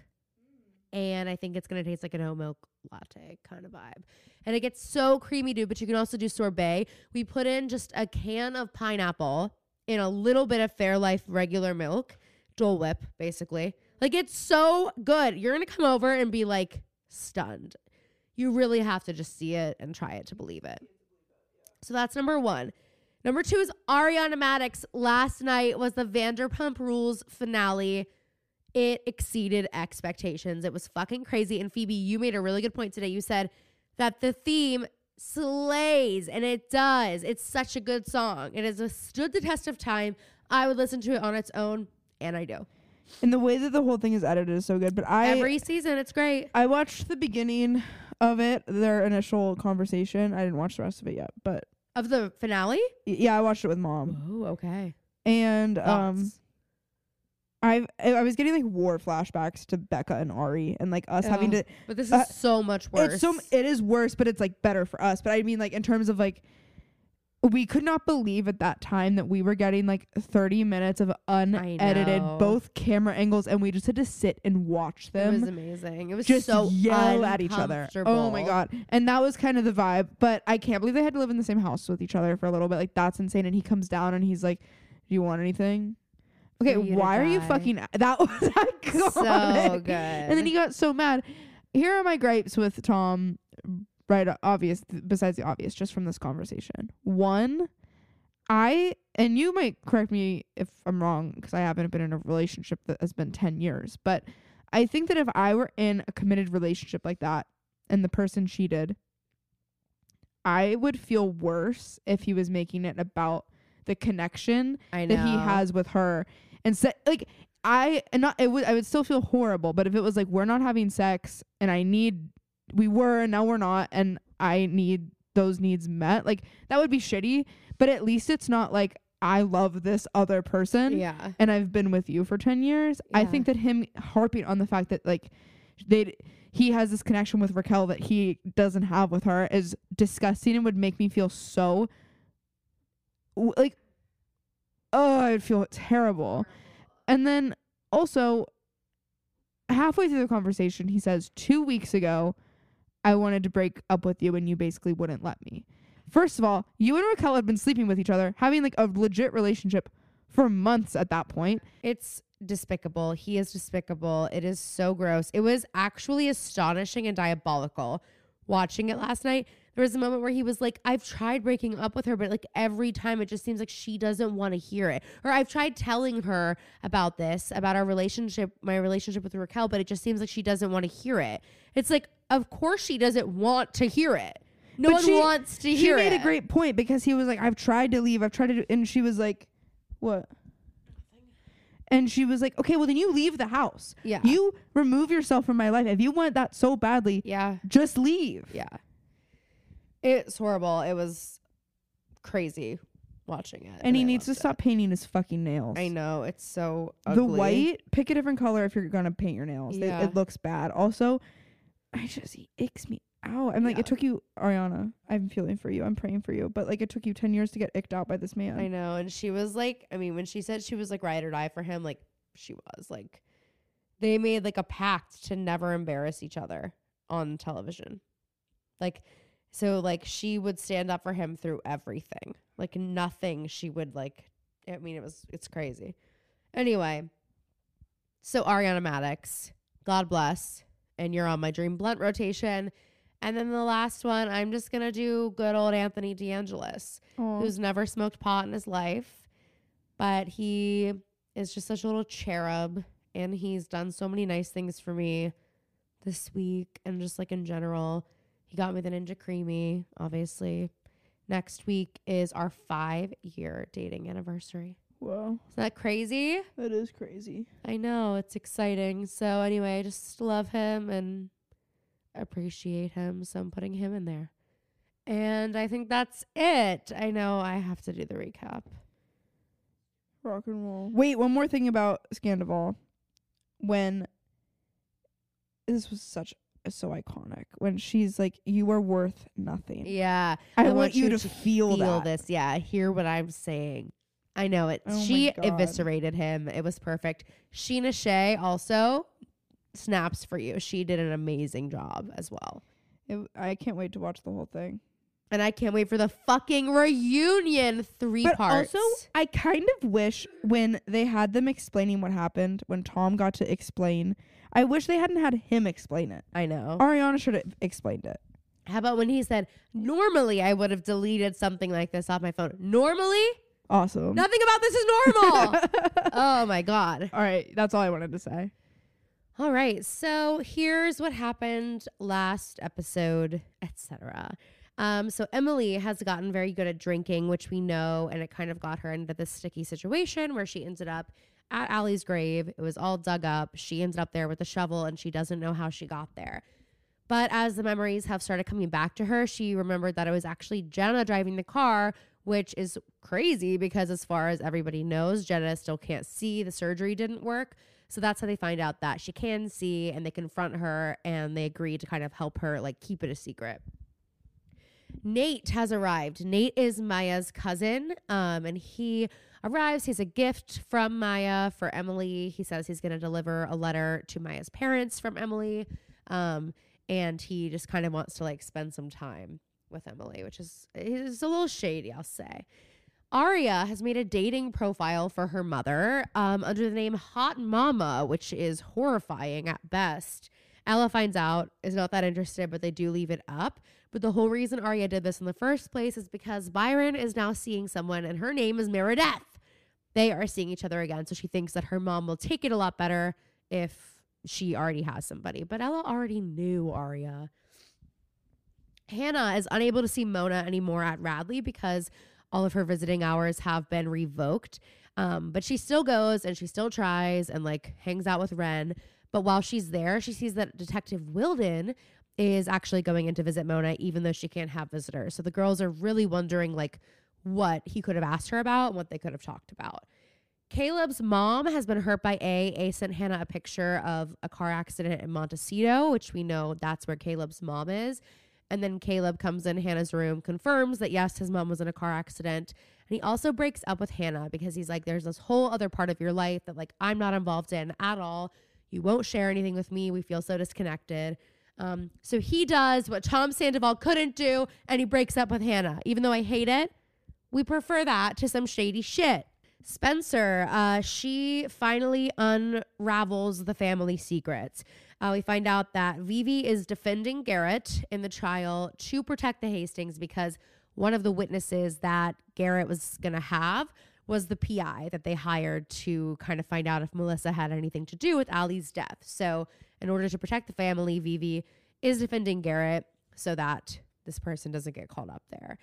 Speaker 1: And I think it's gonna taste like an oat milk latte kind of vibe. And it gets so creamy, dude. But you can also do sorbet. We put in just a can of pineapple in a little bit of Fairlife regular milk, Dole Whip, basically. Like it's so good. You're gonna come over and be like stunned. You really have to just see it and try it to believe it. So that's number one. Number two is Ariana Maddox. Last night was the Vanderpump Rules finale. It exceeded expectations. It was fucking crazy. And Phoebe, you made a really good point today. You said that the theme slays, and it does. It's such a good song. It has stood the test of time. I would listen to it on its own, and I do.
Speaker 2: And the way that the whole thing is edited is so good. But I
Speaker 1: Every season, it's great.
Speaker 2: I watched the beginning of it, their initial conversation. I didn't watch the rest of it yet, but
Speaker 1: Of the finale?
Speaker 2: y- yeah, I watched it with mom.
Speaker 1: Oh, okay.
Speaker 2: And um,
Speaker 1: Thoughts?
Speaker 2: I I was getting like war flashbacks to Becca and Ari, and like us having
Speaker 1: Ugh.
Speaker 2: to
Speaker 1: but this is
Speaker 2: uh,
Speaker 1: so much worse.
Speaker 2: It's so m- it is worse, but it's like better for us. But I mean, like in terms of like, we could not believe at that time that we were getting like 30 minutes of unedited
Speaker 1: know.
Speaker 2: both camera angles, and we just had to sit and watch
Speaker 1: It was
Speaker 2: them.
Speaker 1: amazing. It was
Speaker 2: um, Just
Speaker 1: so
Speaker 2: yell at each other. Oh my
Speaker 1: uncomfortable.
Speaker 2: god! And that was kind of the vibe. But I can't believe they had to live in the same house with each other for a little bit. Like that's insane. And he comes down and he's like, "Do you want anything?" Okay,
Speaker 1: For you to
Speaker 2: why are you
Speaker 1: die.
Speaker 2: fucking? That was iconic.
Speaker 1: So good.
Speaker 2: And then he got so mad. Here are my gripes with Tom. Right, obvious. Besides the obvious, just from this conversation. One, I and you might correct me if I'm wrong because I haven't been in a relationship that has been ten years. But I think that if I were in a committed relationship like that and the person cheated, I would feel worse if he was making it about the connection
Speaker 1: I know.
Speaker 2: that he has with her and se- like i and not it would i would still feel horrible but if it was like we're not having sex and i need we were and now we're not and i need those needs met like that would be shitty but at least it's not like i love this other person
Speaker 1: Yeah.
Speaker 2: and i've been with you for 10 years i
Speaker 1: Yeah.
Speaker 2: think that him harping on the fact that like they he has this connection with raquel that he doesn't have with her is disgusting and would make me feel so w- like oh i'd feel terrible and then also halfway through the conversation he says two weeks ago i wanted to break up with you and you basically wouldn't let me first of all you and raquel had been sleeping with each other having like a legit relationship for months at that point
Speaker 1: It's despicable. He is despicable. It is so gross. It was actually astonishing and diabolical watching it last night. There was a moment where he was like, I've tried breaking up with her, but like every time it just seems like she doesn't want to hear it. Or I've tried telling her about this, about our relationship, my relationship with Raquel, but it just seems like she doesn't want to hear it. It's like, of course she doesn't want to hear it. No
Speaker 2: But
Speaker 1: one
Speaker 2: she-
Speaker 1: wants to
Speaker 2: he
Speaker 1: hear
Speaker 2: made
Speaker 1: it.
Speaker 2: a great point because he was like, "I've tried to leave. I've tried to," do, and she was like, "What?" And she was like, "Okay, well then you leave the house.
Speaker 1: Yeah.
Speaker 2: you remove yourself from my life. If you want that so badly,
Speaker 1: yeah.
Speaker 2: just leave."
Speaker 1: Yeah. It's horrible. It was crazy watching it.
Speaker 2: And he
Speaker 1: I
Speaker 2: needs to
Speaker 1: loved
Speaker 2: stop painting his fucking nails.
Speaker 1: it. I know. It's so
Speaker 2: The
Speaker 1: ugly.
Speaker 2: white, pick a different color if you're gonna paint your nails. They-
Speaker 1: Yeah.
Speaker 2: it looks bad. Also, I just he icks me out. I'm like,
Speaker 1: Yeah.
Speaker 2: it took you, Ariana. I'm feeling for you. I'm praying for you. But like, it took you ten years to get icked out by this man.
Speaker 1: I know. And she was like, I mean, when she said she was like ride or die for him, like she was like, they made like a pact to never embarrass each other on television. Like, so like she would stand up for him through everything. Like nothing she would like. I mean, it was it's crazy. Anyway, so Ariana Maddox, God bless, and you're on my dream blunt rotation. And then the last one, I'm just gonna do good old Anthony DeAngelis
Speaker 2: Aw.
Speaker 1: who's never smoked pot in his life, but he is just such a little cherub and he's done so many nice things for me this week and just like in general. He got me the Ninja Creamy, obviously. Next week is our five year dating anniversary.
Speaker 2: Whoa,
Speaker 1: Isn't that crazy?
Speaker 2: that is crazy.
Speaker 1: I know, it's exciting. So, anyway, I just love him and appreciate him. So, I'm putting him in there. And I think that's it. I know I have to do the recap.
Speaker 2: Rock and roll. Wait, one more thing about Scandival. When this was such so iconic when she's like, "You are worth nothing."
Speaker 1: Yeah.
Speaker 2: I, want, you to, feel,
Speaker 1: feel
Speaker 2: that.
Speaker 1: this. Yeah. Hear what I'm saying. I know it.
Speaker 2: Oh my
Speaker 1: she
Speaker 2: God.
Speaker 1: eviscerated him. It was perfect. Sheena Shea also snaps for you. She did an amazing job as well.
Speaker 2: It, I can't wait to watch the whole thing.
Speaker 1: And I can't wait for the fucking reunion three
Speaker 2: But
Speaker 1: parts.
Speaker 2: also, I kind of wish when they had them explaining what happened, when Tom got to explain, I wish they hadn't had him explain it.
Speaker 1: I know.
Speaker 2: Ariana should have explained it.
Speaker 1: How about when he said, normally I would have deleted something like this off my phone? Normally?
Speaker 2: Awesome.
Speaker 1: Nothing about this is normal. oh my God.
Speaker 2: all right, that's all I wanted to say.
Speaker 1: All right. So here's what happened last episode, etc. Um, so Emily has gotten very good at drinking, which we know, and it kind of got her into this sticky situation where she ended up at Allie's grave. It was all dug up. She ended up there with a shovel, and she doesn't know how she got there. But as the memories have started coming back to her, she remembered that it was actually Jenna driving the car, which is crazy because, as far as everybody knows, Jenna still can't see. The surgery didn't work. So that's how they find out that she can see and they confront her and they agree to kind of help her, like, keep it a secret. Nate has arrived. Nate is Maya's cousin, um, and he arrives. He has a gift from Maya for Emily. He says he's going to deliver a letter to Maya's parents from Emily, um, and he just kind of wants to like spend some time with Emily, which is is a little shady, I'll say. Aria has made a dating profile for her mother um, under the name Hot Mama, which is horrifying at best. Ella finds out, is not that interested, but they do leave it up. But the whole reason Aria did this in the first place is because Byron is now seeing someone, and her name is Meredith. They are seeing each other again, so she thinks that her mom will take it a lot better if she already has somebody. But Ella already knew Aria. Hannah is unable to see Mona anymore at Radley because all of her visiting hours have been revoked. Um, but she still goes and she still tries and like hangs out with Ren. But while she's there, she sees that Detective Wilden is actually going in to visit Mona, even though she can't have visitors. So the girls are really wondering like what he could have asked her about and what they could have talked about. Caleb's mom has been hurt by A. A sent Hannah a picture of a car accident in Montecito, which we know that's where Caleb's mom is. And then Caleb comes in Hannah's room, confirms that yes, his mom was in a car accident. And he also breaks up with Hannah because he's like, there's this whole other part of your life that like I'm not involved in at all. You won't share anything with me. We feel so disconnected. Um, so he does what Tom Sandoval couldn't do and he breaks up with Hannah. Even though I hate it, we prefer that to some shady shit. Spencer, uh, she finally unravels the family secrets. Uh, we find out that Vivi is defending Garrett in the trial to protect the Hastings because one of the witnesses that Garrett was going to have was the PI that they hired to kind of find out if Melissa had anything to do with Ali's death. So, in order to protect the family, Vivi is defending Garrett so that this person doesn't get called up there.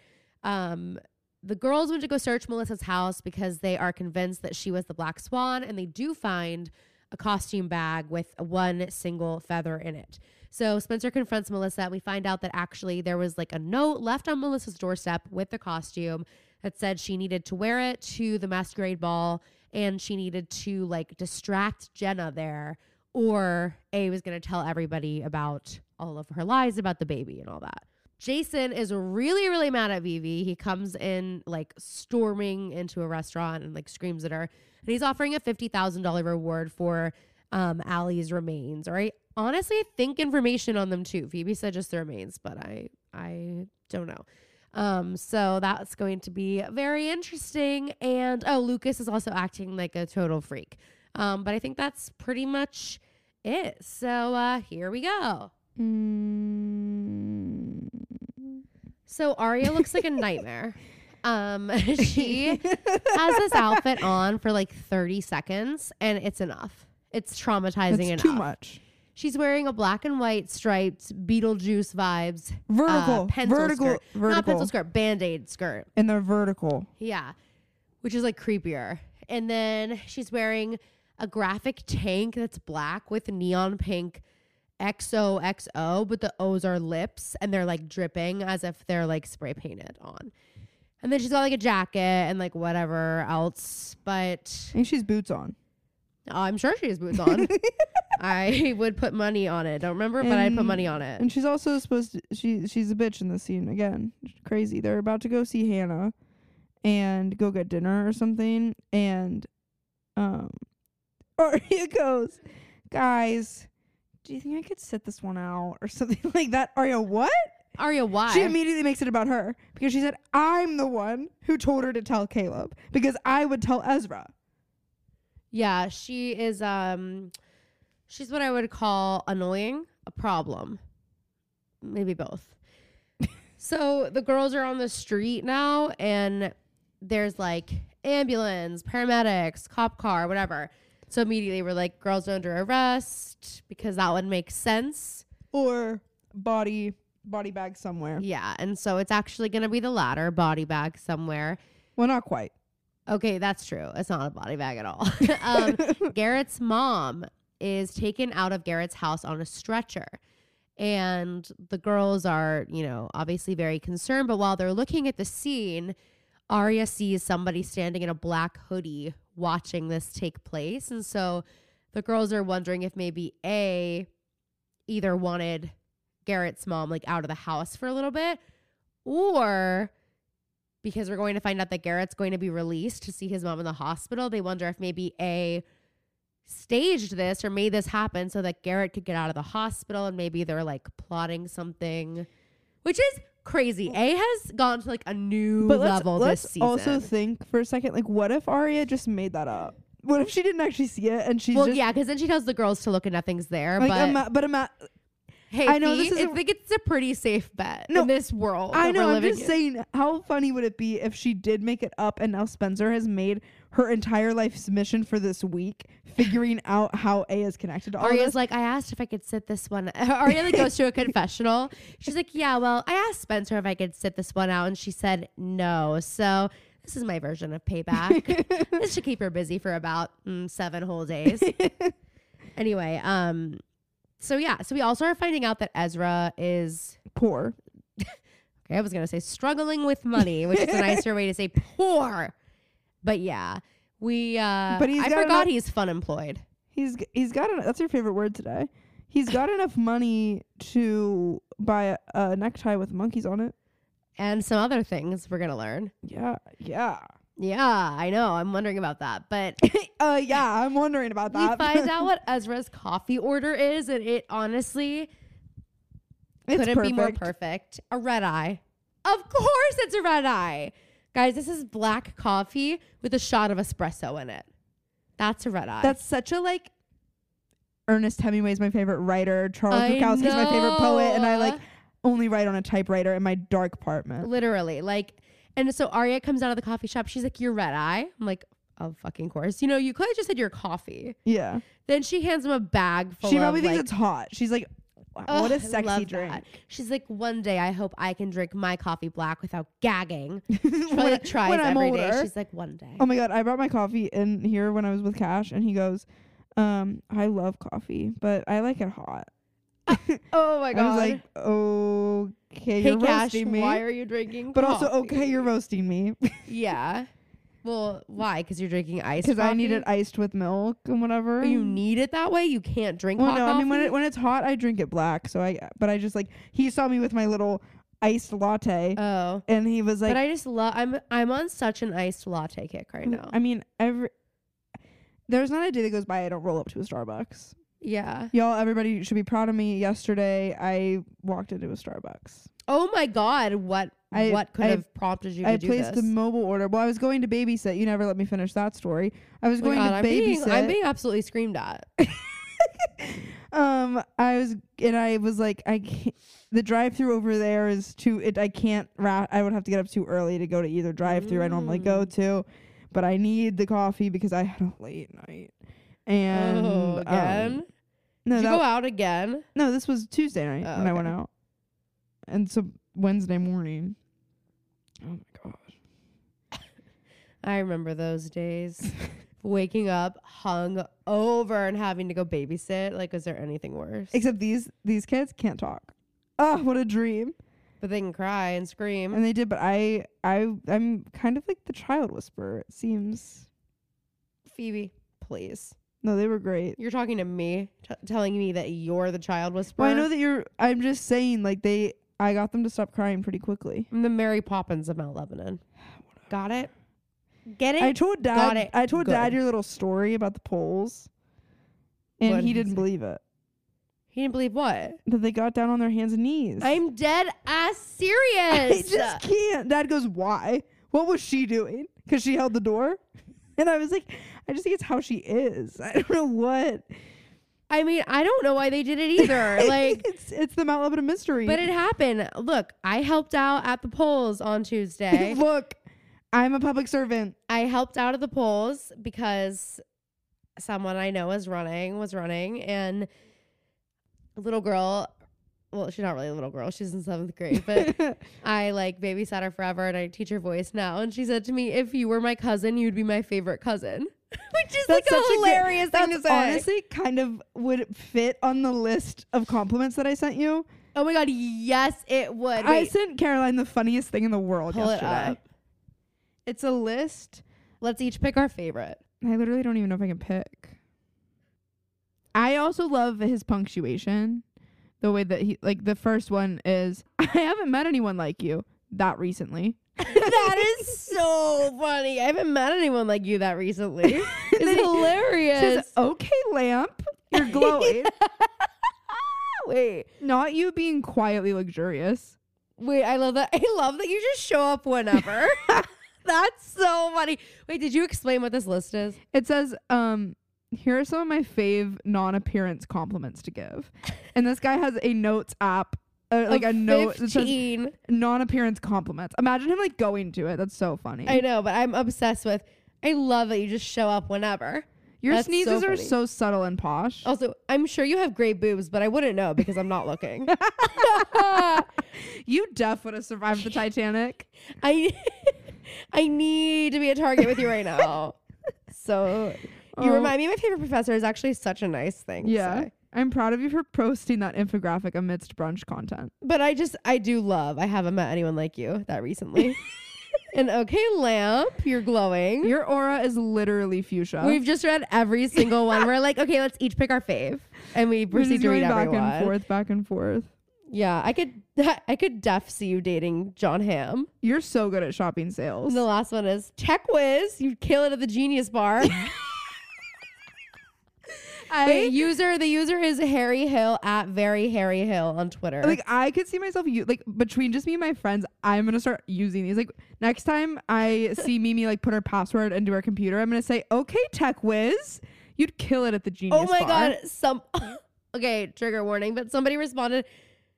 Speaker 1: Um, the girls went to go search Melissa's house because they are convinced that she was the black swan, and they do find a costume bag with one single feather in it. So Spencer confronts Melissa. We find out that actually there was like a note left on Melissa's doorstep with the costume that said she needed to wear it to the masquerade ball and she needed to like distract Jenna there, or A was going to tell everybody about all of her lies about the baby and all that. Jason is really, really mad at Vivi. He comes in like storming into a restaurant and like screams at her. And he's offering a $50,000 reward for um, Allie's remains. All right. Honestly, I think information on them too. Phoebe said just the remains, but I, I don't know. Um, so that's going to be very interesting. And oh, Lucas is also acting like a total freak. Um, but I think that's pretty much it. So uh, here we go.
Speaker 2: Mm.
Speaker 1: So Aria looks like a nightmare. Um, she has this outfit on for like 30 seconds, and it's enough. It's traumatizing enough.
Speaker 2: That's too much.
Speaker 1: She's wearing a black and white striped Beetlejuice vibes,
Speaker 2: Vertical,
Speaker 1: Uh, pencil
Speaker 2: vertical,
Speaker 1: skirt. not
Speaker 2: vertical,
Speaker 1: pencil skirt, band aid skirt.
Speaker 2: and they're vertical.
Speaker 1: Yeah, which is like creepier. And then she's wearing a graphic tank that's black with neon pink XOXO, but the O's are lips and they're like dripping as if they're like spray painted on. And then she's got like a jacket and like whatever else, but
Speaker 2: I think she's boots on.
Speaker 1: oh, I'm sure she has boots on. I would put money on it. Don't remember, but I'd put
Speaker 2: And-
Speaker 1: money on it.
Speaker 2: And she's also supposed to she she's a bitch in this scene again. Crazy. They're about to go see Hannah and go get dinner or something and um Aria goes, "Guys, do you think I could sit this one out or something like that?" Aria, what?
Speaker 1: Aria, why?
Speaker 2: She immediately makes it about her because she said, "I'm the one who told her to tell Caleb because I would tell Ezra."
Speaker 1: Yeah, she is um she's what I would call annoying, a problem. Maybe both. so the girls are on the street now and there's like ambulance, paramedics, cop car, whatever. So immediately we're like girls are under arrest because that would make sense.
Speaker 2: Or body body bag somewhere.
Speaker 1: Yeah, and so it's actually going to be the latter, body bag somewhere.
Speaker 2: Well, not quite.
Speaker 1: Okay, that's true. It's not a body bag at all. um, Garrett's mom is taken out of Garrett's house on a stretcher. And the girls are, you know, obviously very concerned. But while they're looking at the scene, Arya sees somebody standing in a black hoodie watching this take place. And so the girls are wondering if maybe A, either wanted Garrett's mom like out of the house for a little bit, or because we're going to find out that Garrett's going to be released to see his mom in the hospital, they wonder if maybe A staged this or made this happen so that Garrett could get out of the hospital and maybe they're like plotting something, which is crazy. A has gone to like a new
Speaker 2: but let's,
Speaker 1: level
Speaker 2: let's
Speaker 1: this season.
Speaker 2: also think for a second like what if Arya just made that up what if she didn't actually see it and she's
Speaker 1: well,
Speaker 2: just
Speaker 1: yeah, because then she tells the girls to look and nothing's there.
Speaker 2: like
Speaker 1: but
Speaker 2: ima- but ima-
Speaker 1: hey,
Speaker 2: I know this
Speaker 1: Fee, I
Speaker 2: isn't-
Speaker 1: think it's a pretty safe bet
Speaker 2: No,
Speaker 1: in this world.
Speaker 2: I
Speaker 1: that
Speaker 2: know
Speaker 1: we're
Speaker 2: I'm
Speaker 1: living
Speaker 2: just
Speaker 1: in.
Speaker 2: saying how funny would it be if she did make it up and now Spencer has made her entire life's mission for this week figuring out how A is connected to all
Speaker 1: Arya's
Speaker 2: this
Speaker 1: like, I asked if I could sit this one. Arya like goes to a confessional. She's like, Yeah, well, I asked Spencer if I could sit this one out, and she said no. So this is my version of payback. this should keep her busy for about mm, seven whole days. anyway, um, so yeah, so we also are finding out that Ezra is
Speaker 2: poor
Speaker 1: Okay, I was gonna say struggling with money, which is a nicer way to say poor. But yeah, we. Uh,
Speaker 2: But he's
Speaker 1: I
Speaker 2: got
Speaker 1: forgot
Speaker 2: enough-
Speaker 1: he's fun employed.
Speaker 2: he's g- he's got an, that's your favorite word today He's got enough money to buy a, a necktie with monkeys on it.
Speaker 1: and some other things we're gonna learn.
Speaker 2: Yeah, yeah.
Speaker 1: Yeah, I know. I'm wondering about that, but
Speaker 2: uh, yeah, I'm wondering about
Speaker 1: we
Speaker 2: that.
Speaker 1: find out what Ezra's coffee order is, and it honestly
Speaker 2: It's
Speaker 1: couldn't be more perfect. A red eye. Of course, it's a red eye, guys. This is black coffee with a shot of espresso in it. That's a red eye.
Speaker 2: That's such a like. Ernest Hemingway's my favorite writer. Charles
Speaker 1: I
Speaker 2: Bukowski's my favorite poet, and I
Speaker 1: know.
Speaker 2: like only write on a typewriter in my dark apartment.
Speaker 1: Literally. Like, and so Arya comes out of the coffee shop. She's like, Your red eye. I'm like, Of fucking course. You know, you could have just said your coffee.
Speaker 2: Yeah,
Speaker 1: Then she hands him a bag full
Speaker 2: she probably
Speaker 1: of,
Speaker 2: thinks
Speaker 1: like,
Speaker 2: it's hot. She's like, wow, "What
Speaker 1: "Ugh, I
Speaker 2: a sexy
Speaker 1: love
Speaker 2: drink."
Speaker 1: that." She's like, One day I hope I can drink my coffee black without gagging. She probably
Speaker 2: When-
Speaker 1: like, tries
Speaker 2: when I'm
Speaker 1: every day.
Speaker 2: older.
Speaker 1: She's like, One day.
Speaker 2: Oh my god, I brought my coffee in here when I was with Cash, and he goes, um, "I love coffee, but I like it hot."
Speaker 1: oh my
Speaker 2: I was like, "Okay,
Speaker 1: Hey
Speaker 2: you're
Speaker 1: Cash,
Speaker 2: roasting me,
Speaker 1: why are you drinking?
Speaker 2: but also
Speaker 1: coffee?"
Speaker 2: okay, you're roasting me
Speaker 1: yeah. Well, why? Because you're drinking ice.
Speaker 2: because I need
Speaker 1: coffee?
Speaker 2: it iced with milk and whatever."
Speaker 1: Oh, You need it that way. You can't drink.
Speaker 2: Well,
Speaker 1: hot
Speaker 2: no, I mean when
Speaker 1: coffee?
Speaker 2: it, when it's hot, I drink it black. So I, but I just like he saw me with my little iced latte,
Speaker 1: oh.
Speaker 2: and he was like, Mm,
Speaker 1: but I just love. I'm I'm on such an iced latte kick right now.
Speaker 2: I mean every." There's not a day that goes by I don't roll up to a Starbucks.
Speaker 1: yeah.
Speaker 2: Y'all, everybody should be proud of me. Yesterday, I walked into a Starbucks.
Speaker 1: Oh my God. What
Speaker 2: I-
Speaker 1: what could
Speaker 2: I-
Speaker 1: have prompted you to
Speaker 2: I
Speaker 1: do
Speaker 2: placed
Speaker 1: this?
Speaker 2: a mobile order. Well, I was going to babysit. You never let me finish that story. I was
Speaker 1: Oh my
Speaker 2: going
Speaker 1: God,
Speaker 2: to
Speaker 1: I'm
Speaker 2: babysit.
Speaker 1: being I'm being absolutely screamed at.
Speaker 2: um, I was and I was like, I can't, the drive-through over there is too. It I can't. Ra- I would have to get up too early to go to either drive-through I normally go
Speaker 1: Mm.
Speaker 2: to, but I need the coffee because I had a late night. And
Speaker 1: oh,
Speaker 2: um,
Speaker 1: again.
Speaker 2: no,
Speaker 1: Did
Speaker 2: that
Speaker 1: you go out again?
Speaker 2: No, this was Tuesday night
Speaker 1: Oh,
Speaker 2: when I went
Speaker 1: okay.
Speaker 2: out. And so Wednesday morning. Oh my gosh.
Speaker 1: I remember those days. Waking up hung over and having to go babysit. Like, is there anything worse?
Speaker 2: Except these these kids can't talk. Oh, what a dream.
Speaker 1: but they can cry and scream.
Speaker 2: And they did, but I I I'm kind of like the child whisperer, it seems.
Speaker 1: Phoebe, please.
Speaker 2: No, they were great.
Speaker 1: You're talking to me, t- telling me that you're the child whisperer.
Speaker 2: Well, I know that you're I'm just saying like they I got them to stop crying pretty quickly.
Speaker 1: I'm the Mary Poppins of Mount Lebanon. Got it? Get it?
Speaker 2: I told dad
Speaker 1: Got it.
Speaker 2: I told dad
Speaker 1: Good.
Speaker 2: your little story about the polls. And
Speaker 1: What did
Speaker 2: he
Speaker 1: he
Speaker 2: didn't
Speaker 1: say?
Speaker 2: believe it.
Speaker 1: he didn't believe what?
Speaker 2: That they got down on their hands and knees.
Speaker 1: I'm dead ass
Speaker 2: I
Speaker 1: serious.
Speaker 2: just can't. Dad goes, Why? What was she doing? Because she held the door. And I was like, I just think it's how she is. I don't know what.
Speaker 1: I mean, I don't know why they did it either. Like,
Speaker 2: it's it's the Mount Lebanon mystery.
Speaker 1: but it happened. Look, I helped out at the polls on Tuesday.
Speaker 2: look, I'm a public servant.
Speaker 1: I helped out at the polls because someone I know is running was running and a little girl well, she's not really a little girl. She's in seventh grade, but I like babysat her forever and I teach her voice now. And she said to me, If you were my cousin, you'd be my favorite cousin. Which is like
Speaker 2: That's
Speaker 1: a
Speaker 2: such a good-
Speaker 1: hilarious thing to
Speaker 2: That's
Speaker 1: say.
Speaker 2: honestly kind of would fit on the list of compliments that I sent you.
Speaker 1: oh my god, yes, it would.
Speaker 2: I
Speaker 1: Wait,
Speaker 2: sent Caroline the funniest thing in the world
Speaker 1: pull it
Speaker 2: yesterday.
Speaker 1: up.
Speaker 2: It's a list.
Speaker 1: Let's each pick our favorite.
Speaker 2: I literally don't even know if I can pick. I also love his punctuation. The way that he like the first one is I haven't met anyone like you that recently.
Speaker 1: that is so funny. I haven't met anyone like you that recently.
Speaker 2: And then
Speaker 1: It's
Speaker 2: he
Speaker 1: hilarious.
Speaker 2: says, "Okay, lamp, you're glowing. oh,
Speaker 1: Wait.
Speaker 2: Not you being quietly luxurious."
Speaker 1: Wait, I love that. I love that you just show up whenever. That's so funny. Wait, did you explain what this list is?
Speaker 2: It says, um, here are some of my fave non-appearance compliments to give. And this guy has a notes app, uh, like a
Speaker 1: Of
Speaker 2: note that says
Speaker 1: 15.
Speaker 2: non-appearance compliments. Imagine him like going to it. That's so funny.
Speaker 1: I know, but I'm obsessed with. I love that you just show up whenever.
Speaker 2: Your
Speaker 1: That's so
Speaker 2: sneezes are
Speaker 1: funny. Oh.
Speaker 2: so subtle and posh.
Speaker 1: Also, I'm sure you have great boobs, but I wouldn't know because I'm not looking.
Speaker 2: You deaf would have survived the Titanic.
Speaker 1: I I need to be a target with you right now. So you
Speaker 2: Oh.
Speaker 1: remind me. My favorite professor is actually such a nice thing. to
Speaker 2: Yeah.
Speaker 1: say.
Speaker 2: I'm proud of you for posting that infographic amidst brunch content.
Speaker 1: but I just I do love. I haven't met anyone like you that recently. an okay lamp. You're glowing.
Speaker 2: Your aura is literally fuchsia.
Speaker 1: We've just read every single one. We're like, okay, let's each pick our fave, and we
Speaker 2: We're
Speaker 1: proceed
Speaker 2: just
Speaker 1: to
Speaker 2: going
Speaker 1: read
Speaker 2: back
Speaker 1: everyone.
Speaker 2: and forth, back and forth.
Speaker 1: Yeah, I could, I could def see you dating John Hamm.
Speaker 2: You're so good at shopping sales.
Speaker 1: And the last one is Tech Whiz. You'd kill it at the Genius Bar.
Speaker 2: I
Speaker 1: Wait, user. The user is Harry Hill at very Harry Hill on Twitter.
Speaker 2: like I could see myself you like between just me and my friends, I'm gonna start using these. Like next time I see Mimi like put her password into her computer, I'm gonna say, "Okay, Tech Whiz, you'd kill it at the genius."
Speaker 1: oh my
Speaker 2: bar."
Speaker 1: god! Some okay trigger warning, but somebody responded.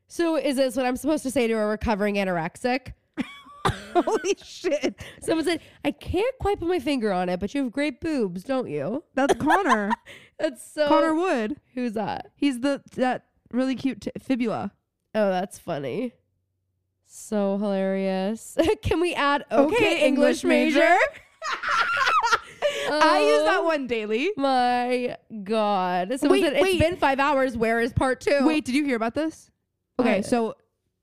Speaker 1: So is this what I'm supposed to say to a recovering anorexic?
Speaker 2: Holy shit,
Speaker 1: Someone said, "I can't quite put my finger on it, but you have great boobs, don't you?"
Speaker 2: that's Connor.
Speaker 1: That's so.
Speaker 2: Connor Wood.
Speaker 1: who's that?
Speaker 2: He's the that really cute t- fibula.
Speaker 1: Oh, that's funny. So hilarious. Can we add okay, English, major?
Speaker 2: I use
Speaker 1: Oh.
Speaker 2: that one daily.
Speaker 1: My God. Someone
Speaker 2: Wait,
Speaker 1: said, it's
Speaker 2: wait.
Speaker 1: been five hours. Where is part two?
Speaker 2: Wait, did you hear about this? Okay,
Speaker 1: Uh,
Speaker 2: so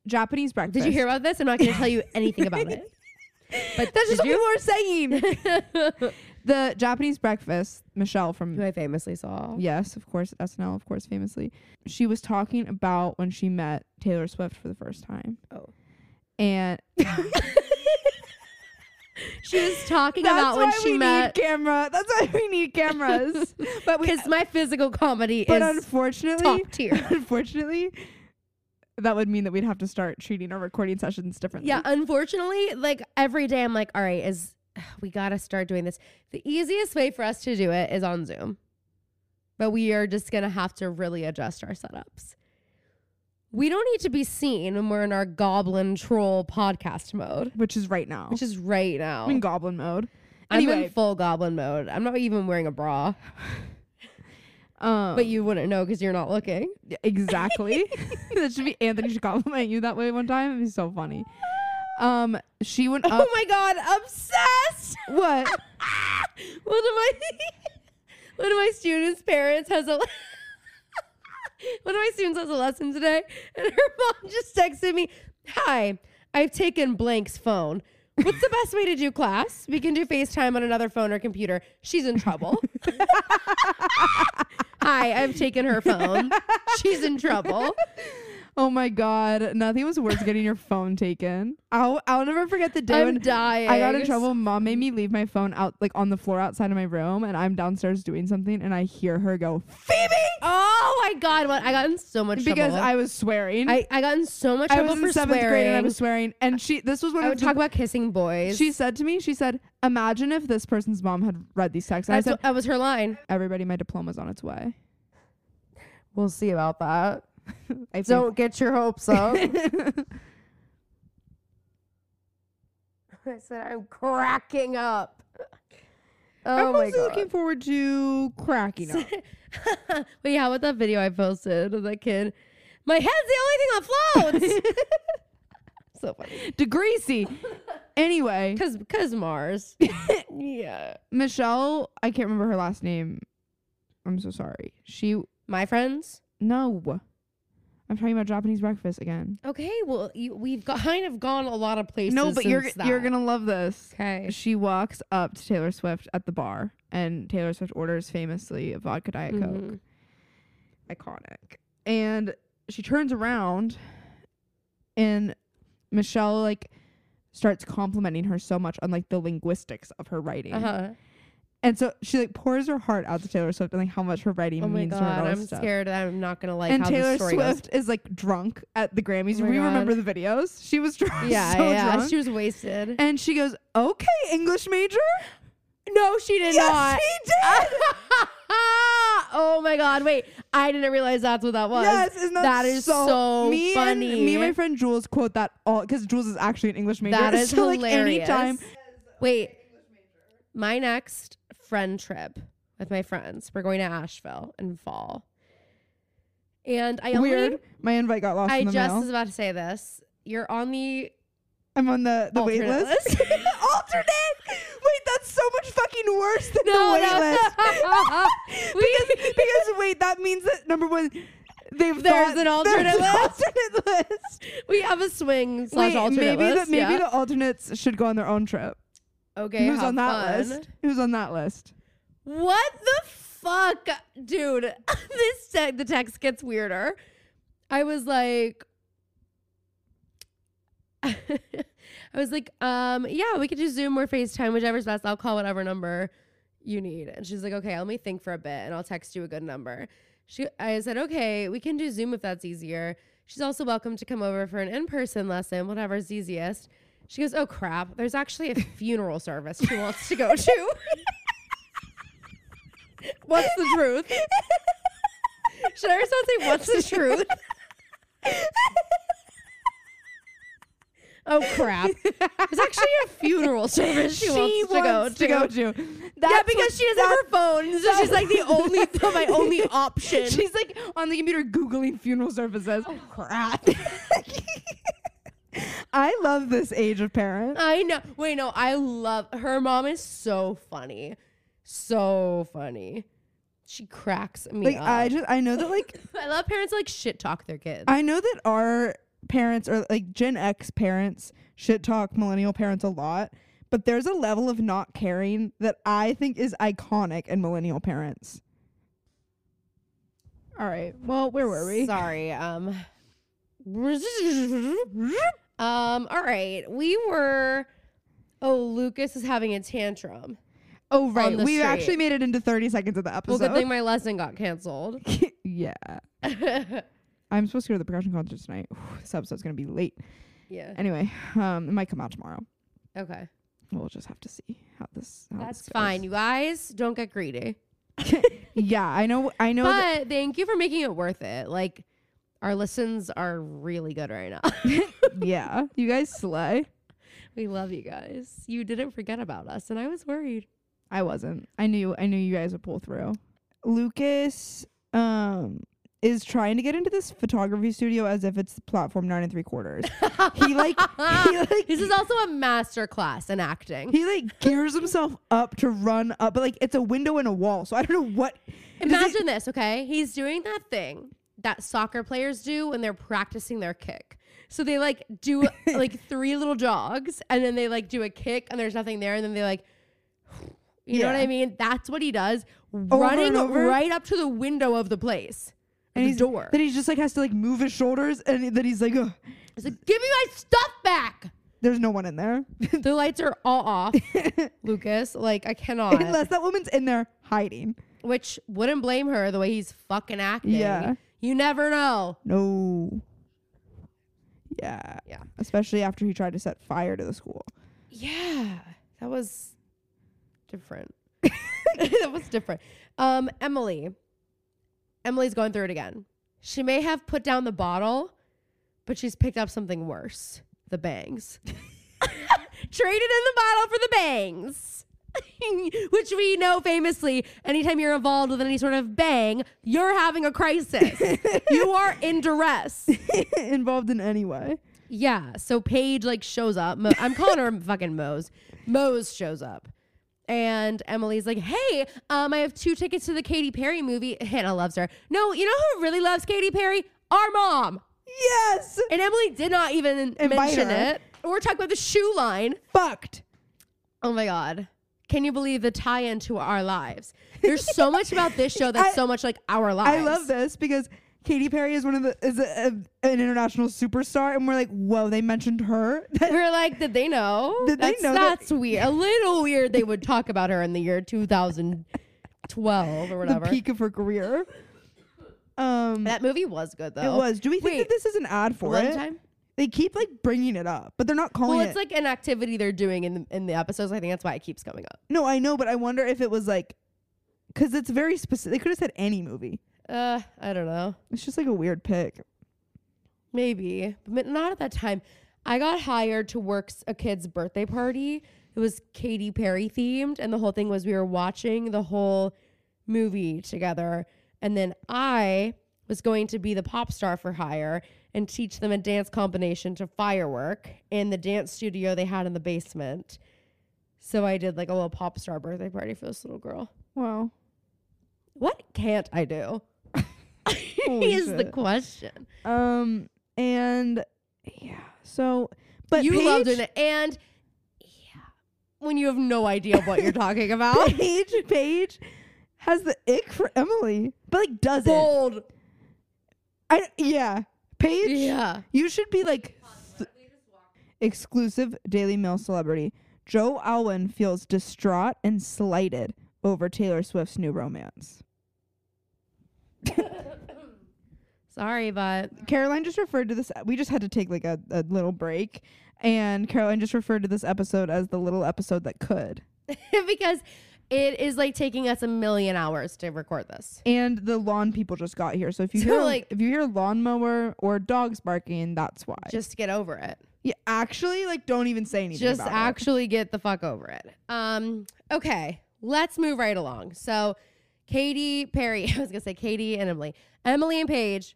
Speaker 2: Japanese breakfast.
Speaker 1: Did you hear about this? I'm not going to tell you anything about it. But
Speaker 2: That's just
Speaker 1: did
Speaker 2: what people are saying.
Speaker 1: you?
Speaker 2: the Japanese breakfast, Michelle from
Speaker 1: Who I famously saw.
Speaker 2: Yes, of course, SNL, of course, famously. She was talking about when she met Taylor Swift for the first time.
Speaker 1: Oh.
Speaker 2: And
Speaker 1: She was talking
Speaker 2: that's
Speaker 1: about when
Speaker 2: why
Speaker 1: she
Speaker 2: we
Speaker 1: met.
Speaker 2: need camera. That's why we need cameras. but we
Speaker 1: Because my physical comedy
Speaker 2: but
Speaker 1: is
Speaker 2: unfortunately,
Speaker 1: top tier.
Speaker 2: unfortunately, that would mean that we'd have to start treating our recording sessions differently.
Speaker 1: Yeah, unfortunately, like every day I'm like, all right, is we gotta start doing this. The easiest way for us to do it is on Zoom. But we are just gonna have to really adjust our setups. We don't need to be seen when we're in our goblin troll podcast mode,
Speaker 2: Which is right now.
Speaker 1: which is right now.
Speaker 2: I'm in goblin mode.
Speaker 1: I'm in
Speaker 2: Anyway,
Speaker 1: full goblin mode. I'm not even wearing a bra,
Speaker 2: um,
Speaker 1: but you wouldn't know because you're not looking.
Speaker 2: Yeah, Exactly. that should be Anthony should compliment you that way one time. It'd be so funny. Um, she went up.
Speaker 1: oh my god, obsessed!
Speaker 2: what?
Speaker 1: one of my one of my students' parents has a one of my students has a lesson today, and her mom just texted me, "Hi, I've taken blank's phone. What's the best way to do class? We can do FaceTime on another phone or computer. She's in trouble." Hi, I've taken her phone. She's in trouble.
Speaker 2: Oh my god! Nothing was worse than getting your phone taken. I'll I'll never forget the day
Speaker 1: I'm
Speaker 2: when
Speaker 1: dying.
Speaker 2: I got in trouble. Mom made me leave my phone out like on the floor outside of my room, and I'm downstairs doing something, and I hear her go Phoebe
Speaker 1: Oh my god! What I got in so much
Speaker 2: because
Speaker 1: trouble.
Speaker 2: I was swearing.
Speaker 1: I, I got in so much
Speaker 2: I
Speaker 1: trouble
Speaker 2: was in
Speaker 1: for
Speaker 2: seventh grade and I
Speaker 1: swearing.
Speaker 2: was swearing, and she this was when
Speaker 1: I would talk about kissing boys.
Speaker 2: She said to me, she said, "Imagine if this person's mom had read these texts." And I
Speaker 1: That's
Speaker 2: said,
Speaker 1: what- that was her line.
Speaker 2: "Everybody, my diploma's on its way."
Speaker 1: We'll see about that.
Speaker 2: I think-
Speaker 1: get your hopes up. I said I'm cracking up. Oh
Speaker 2: I'm
Speaker 1: my
Speaker 2: mostly
Speaker 1: god.
Speaker 2: looking forward to cracking up.
Speaker 1: Wait, how about that video I posted of that kid? My head's the only thing that floats. so funny.
Speaker 2: Degreasy. Anyway,
Speaker 1: Cause, cause Mars. yeah.
Speaker 2: Michelle, I can't remember her last name. I'm so sorry. She
Speaker 1: My friends.
Speaker 2: no. I'm talking about Japanese breakfast again.
Speaker 1: Okay. Well, you, we've got, kind of gone a lot of places.
Speaker 2: no, but you're
Speaker 1: since that.
Speaker 2: you're gonna love this.
Speaker 1: Okay.
Speaker 2: She walks up to Taylor Swift at the bar, and Taylor Swift orders famously a vodka diet
Speaker 1: Mhm.
Speaker 2: coke, iconic. And she turns around, and Michelle like starts complimenting her so much on like the linguistics of her writing.
Speaker 1: Uh huh.
Speaker 2: And so she like pours her heart out to Taylor Swift and like how much her writing
Speaker 1: Oh my
Speaker 2: means to her and
Speaker 1: god,
Speaker 2: all this
Speaker 1: I'm
Speaker 2: stuff.
Speaker 1: scared. I'm not gonna like
Speaker 2: and
Speaker 1: how
Speaker 2: Taylor
Speaker 1: the story
Speaker 2: Swift is like drunk at the Grammys.
Speaker 1: Oh my
Speaker 2: we remember
Speaker 1: God.
Speaker 2: the videos. She was drunk,
Speaker 1: goes. Yeah,
Speaker 2: so
Speaker 1: yeah,
Speaker 2: drunk.
Speaker 1: she was wasted.
Speaker 2: and she goes, "Okay, English major."
Speaker 1: no, she did
Speaker 2: yes, she did.
Speaker 1: oh my god! Wait, I didn't realize that's what that was.
Speaker 2: yes, isn't that,
Speaker 1: that is
Speaker 2: so,
Speaker 1: so
Speaker 2: me
Speaker 1: funny.
Speaker 2: And, me and my friend Jules quote that all because Jules is actually an English major.
Speaker 1: That is
Speaker 2: so,
Speaker 1: hilarious.
Speaker 2: Like, anytime,
Speaker 1: Wait, my next friend trip with my friends. We're going to Asheville in fall, and I only
Speaker 2: weird. My invite got lost
Speaker 1: I
Speaker 2: in the
Speaker 1: just
Speaker 2: mail.
Speaker 1: was about to say this. You're on the
Speaker 2: I'm on the the wait
Speaker 1: Alternate
Speaker 2: list.
Speaker 1: list.
Speaker 2: alternate. Wait, that's so much fucking worse than the wait
Speaker 1: no,
Speaker 2: list.
Speaker 1: no. We-
Speaker 2: because wait, that means that number one,
Speaker 1: There's
Speaker 2: They've thought-
Speaker 1: an alternate
Speaker 2: there's an
Speaker 1: list.
Speaker 2: alternate list.
Speaker 1: We have a swing slash
Speaker 2: Wait,
Speaker 1: alternate
Speaker 2: maybe
Speaker 1: list.
Speaker 2: the maybe
Speaker 1: yeah.
Speaker 2: the alternates should go on their own trip.
Speaker 1: okay,
Speaker 2: Who's
Speaker 1: have
Speaker 2: on that
Speaker 1: fun.
Speaker 2: list? Who's on that list?
Speaker 1: What the fuck, dude? this te- the text gets weirder. I was like, I was like, um, yeah, we could do Zoom or FaceTime, whichever's best. I'll call whatever number you need. And she's like, okay, let me think for a bit, and I'll text you a good number. She, I said, okay, we can do Zoom if that's easier. She's also welcome to come over for an in-person lesson, whatever's easiest. She goes, oh crap, there's actually a funeral service she wants to go to. What's the truth? Should I respond say what's the truth? oh crap! It's actually a funeral service she, wants, to go to.
Speaker 2: to. That's
Speaker 1: yeah,
Speaker 2: what-
Speaker 1: because she doesn't have her phone, so she's like the only my only option.
Speaker 2: She's like on the computer googling funeral services.
Speaker 1: oh crap!
Speaker 2: I love this age of parent.
Speaker 1: I know. Wait, no, I love her. Mom is so funny, so funny. She cracks me
Speaker 2: Like
Speaker 1: up.
Speaker 2: I just I know that like
Speaker 1: I love parents like shit talk their kids.
Speaker 2: I know that our parents or like Gen X parents shit talk millennial parents a lot, but there's a level of not caring that I think is iconic in millennial parents. All right. Well, where were we?
Speaker 1: Sorry. Um. um. All right. We were. Oh, Lucas is having a tantrum.
Speaker 2: Oh, right.
Speaker 1: the
Speaker 2: We actually
Speaker 1: street.
Speaker 2: made it into 30 seconds of the
Speaker 1: Well,
Speaker 2: episode.
Speaker 1: good thing my lesson got canceled.
Speaker 2: yeah. I'm supposed to go to the percussion concert tonight. Whew, this episode's going to be late.
Speaker 1: yeah.
Speaker 2: Anyway, um, it might come out tomorrow.
Speaker 1: Okay.
Speaker 2: We'll just have to see how this. How
Speaker 1: That's
Speaker 2: this goes.
Speaker 1: fine. You guys don't get greedy.
Speaker 2: yeah, I know. I know. that-
Speaker 1: But thank you for making it worth it. Like our listens are really good right now.
Speaker 2: yeah, you guys slay.
Speaker 1: we love you guys. You didn't forget about us, and I was worried.
Speaker 2: I wasn't. I knew I knew you guys would pull through. Lucas um is trying to get into this photography studio as if it's platform nine and three quarters. he like he like
Speaker 1: This is also a master class in acting.
Speaker 2: he like gears himself up to run up, but like it's a window and a wall, so I don't know what does it-
Speaker 1: Imagine this, okay? He's doing that thing that soccer players do when they're practicing their kick. So they like do like three little jogs and then they like do a kick and there's nothing there and then they like you know what
Speaker 2: Yeah.
Speaker 1: I mean? That's what he does.
Speaker 2: and
Speaker 1: running
Speaker 2: over?
Speaker 1: right up to the window of the place.
Speaker 2: and
Speaker 1: the
Speaker 2: he's,
Speaker 1: door.
Speaker 2: Then he just like has to like move his shoulders and then he's like, Ugh,
Speaker 1: He's like, give me my stuff back.
Speaker 2: there's no one in there.
Speaker 1: the lights are all off. Lucas, like I cannot.
Speaker 2: Unless that woman's in there hiding.
Speaker 1: Which wouldn't blame her the way he's fucking acting.
Speaker 2: Yeah.
Speaker 1: You never know.
Speaker 2: No. Yeah.
Speaker 1: Yeah.
Speaker 2: Especially after he tried to set fire to the school.
Speaker 1: Yeah, that was different. that was different. Um, Emily. Emily's going through it again. She may have put down the bottle, but she's picked up something worse the bangs. Traded in the bottle for the bangs, which we know famously anytime you're involved with any sort of bang, you're having a crisis. you are in duress.
Speaker 2: involved in any way.
Speaker 1: Yeah. So Paige like shows up. Mo- I'm calling her fucking Mose. Mose shows up. And Emily's like, hey, um, I have two tickets to the Katy Perry movie. Hannah loves her. No, you know who really loves Katy Perry? Our mom.
Speaker 2: Yes.
Speaker 1: And Emily did not even
Speaker 2: Invite
Speaker 1: mention
Speaker 2: her.
Speaker 1: it. Or talk about the shoe line.
Speaker 2: Fucked.
Speaker 1: Oh my God. Can you believe the tie in to our lives? There's so much about this show that's
Speaker 2: I-
Speaker 1: so much like our lives.
Speaker 2: I love this because Katy Perry is one of the is a, a- an international superstar, and we're like, whoa, they mentioned her. That-
Speaker 1: We're like, did they know?
Speaker 2: Did they
Speaker 1: that's,
Speaker 2: know that-
Speaker 1: That's weird. A little weird. They would talk about her in the year 2012 or
Speaker 2: the
Speaker 1: whatever.
Speaker 2: peak of her career. Um,
Speaker 1: That movie was good though.
Speaker 2: it was. Do we think
Speaker 1: Wait,
Speaker 2: that this is an ad for
Speaker 1: One
Speaker 2: it?
Speaker 1: time.
Speaker 2: They keep like bringing it up, but they're not calling
Speaker 1: Well,
Speaker 2: it.
Speaker 1: it's like an activity they're doing in the, in the episodes. I think that's why it keeps coming up.
Speaker 2: no, I know, but I wonder if it was like, because it's very specific. They could have said any movie.
Speaker 1: Uh, I don't know.
Speaker 2: It's just like a weird pick.
Speaker 1: Maybe, but not at that time. I got hired to work s- a kid's birthday party. It was Katy Perry themed, and the whole thing was we were watching the whole movie together. And then I was going to be the pop star for hire and teach them a dance combination to Firework in the dance studio they had in the basement. So I did like a little pop star birthday party for this little girl.
Speaker 2: Wow.
Speaker 1: What can't I do?
Speaker 2: Holy
Speaker 1: is the
Speaker 2: shit.
Speaker 1: question.
Speaker 2: um and yeah. So but
Speaker 1: you
Speaker 2: Paige,
Speaker 1: loved it, and yeah, when you have no idea what you're talking about,
Speaker 2: Paige Paige has the ick for Emily, but like doesn't.
Speaker 1: bold.
Speaker 2: I yeah. Paige.
Speaker 1: Yeah,
Speaker 2: You should be like th- exclusive Daily Mail celebrity. Joe Alwyn feels distraught and slighted over Taylor Swift's new romance.
Speaker 1: sorry, but
Speaker 2: Caroline just referred to this. We just had to take like a, a little break, and Caroline just referred to this episode as the little episode that could.
Speaker 1: because it is like taking us a million hours to record this.
Speaker 2: And the lawn people just got here, so if you
Speaker 1: So,
Speaker 2: hear
Speaker 1: like-
Speaker 2: if you hear lawnmower or dogs barking, that's why.
Speaker 1: Just get over it.
Speaker 2: yeah, actually, like don't even say anything.
Speaker 1: Just
Speaker 2: about it.
Speaker 1: actually get the fuck over it. Um, okay, let's move right along. So, Katie Perry, I was gonna say Katie and Emily, Emily and Paige,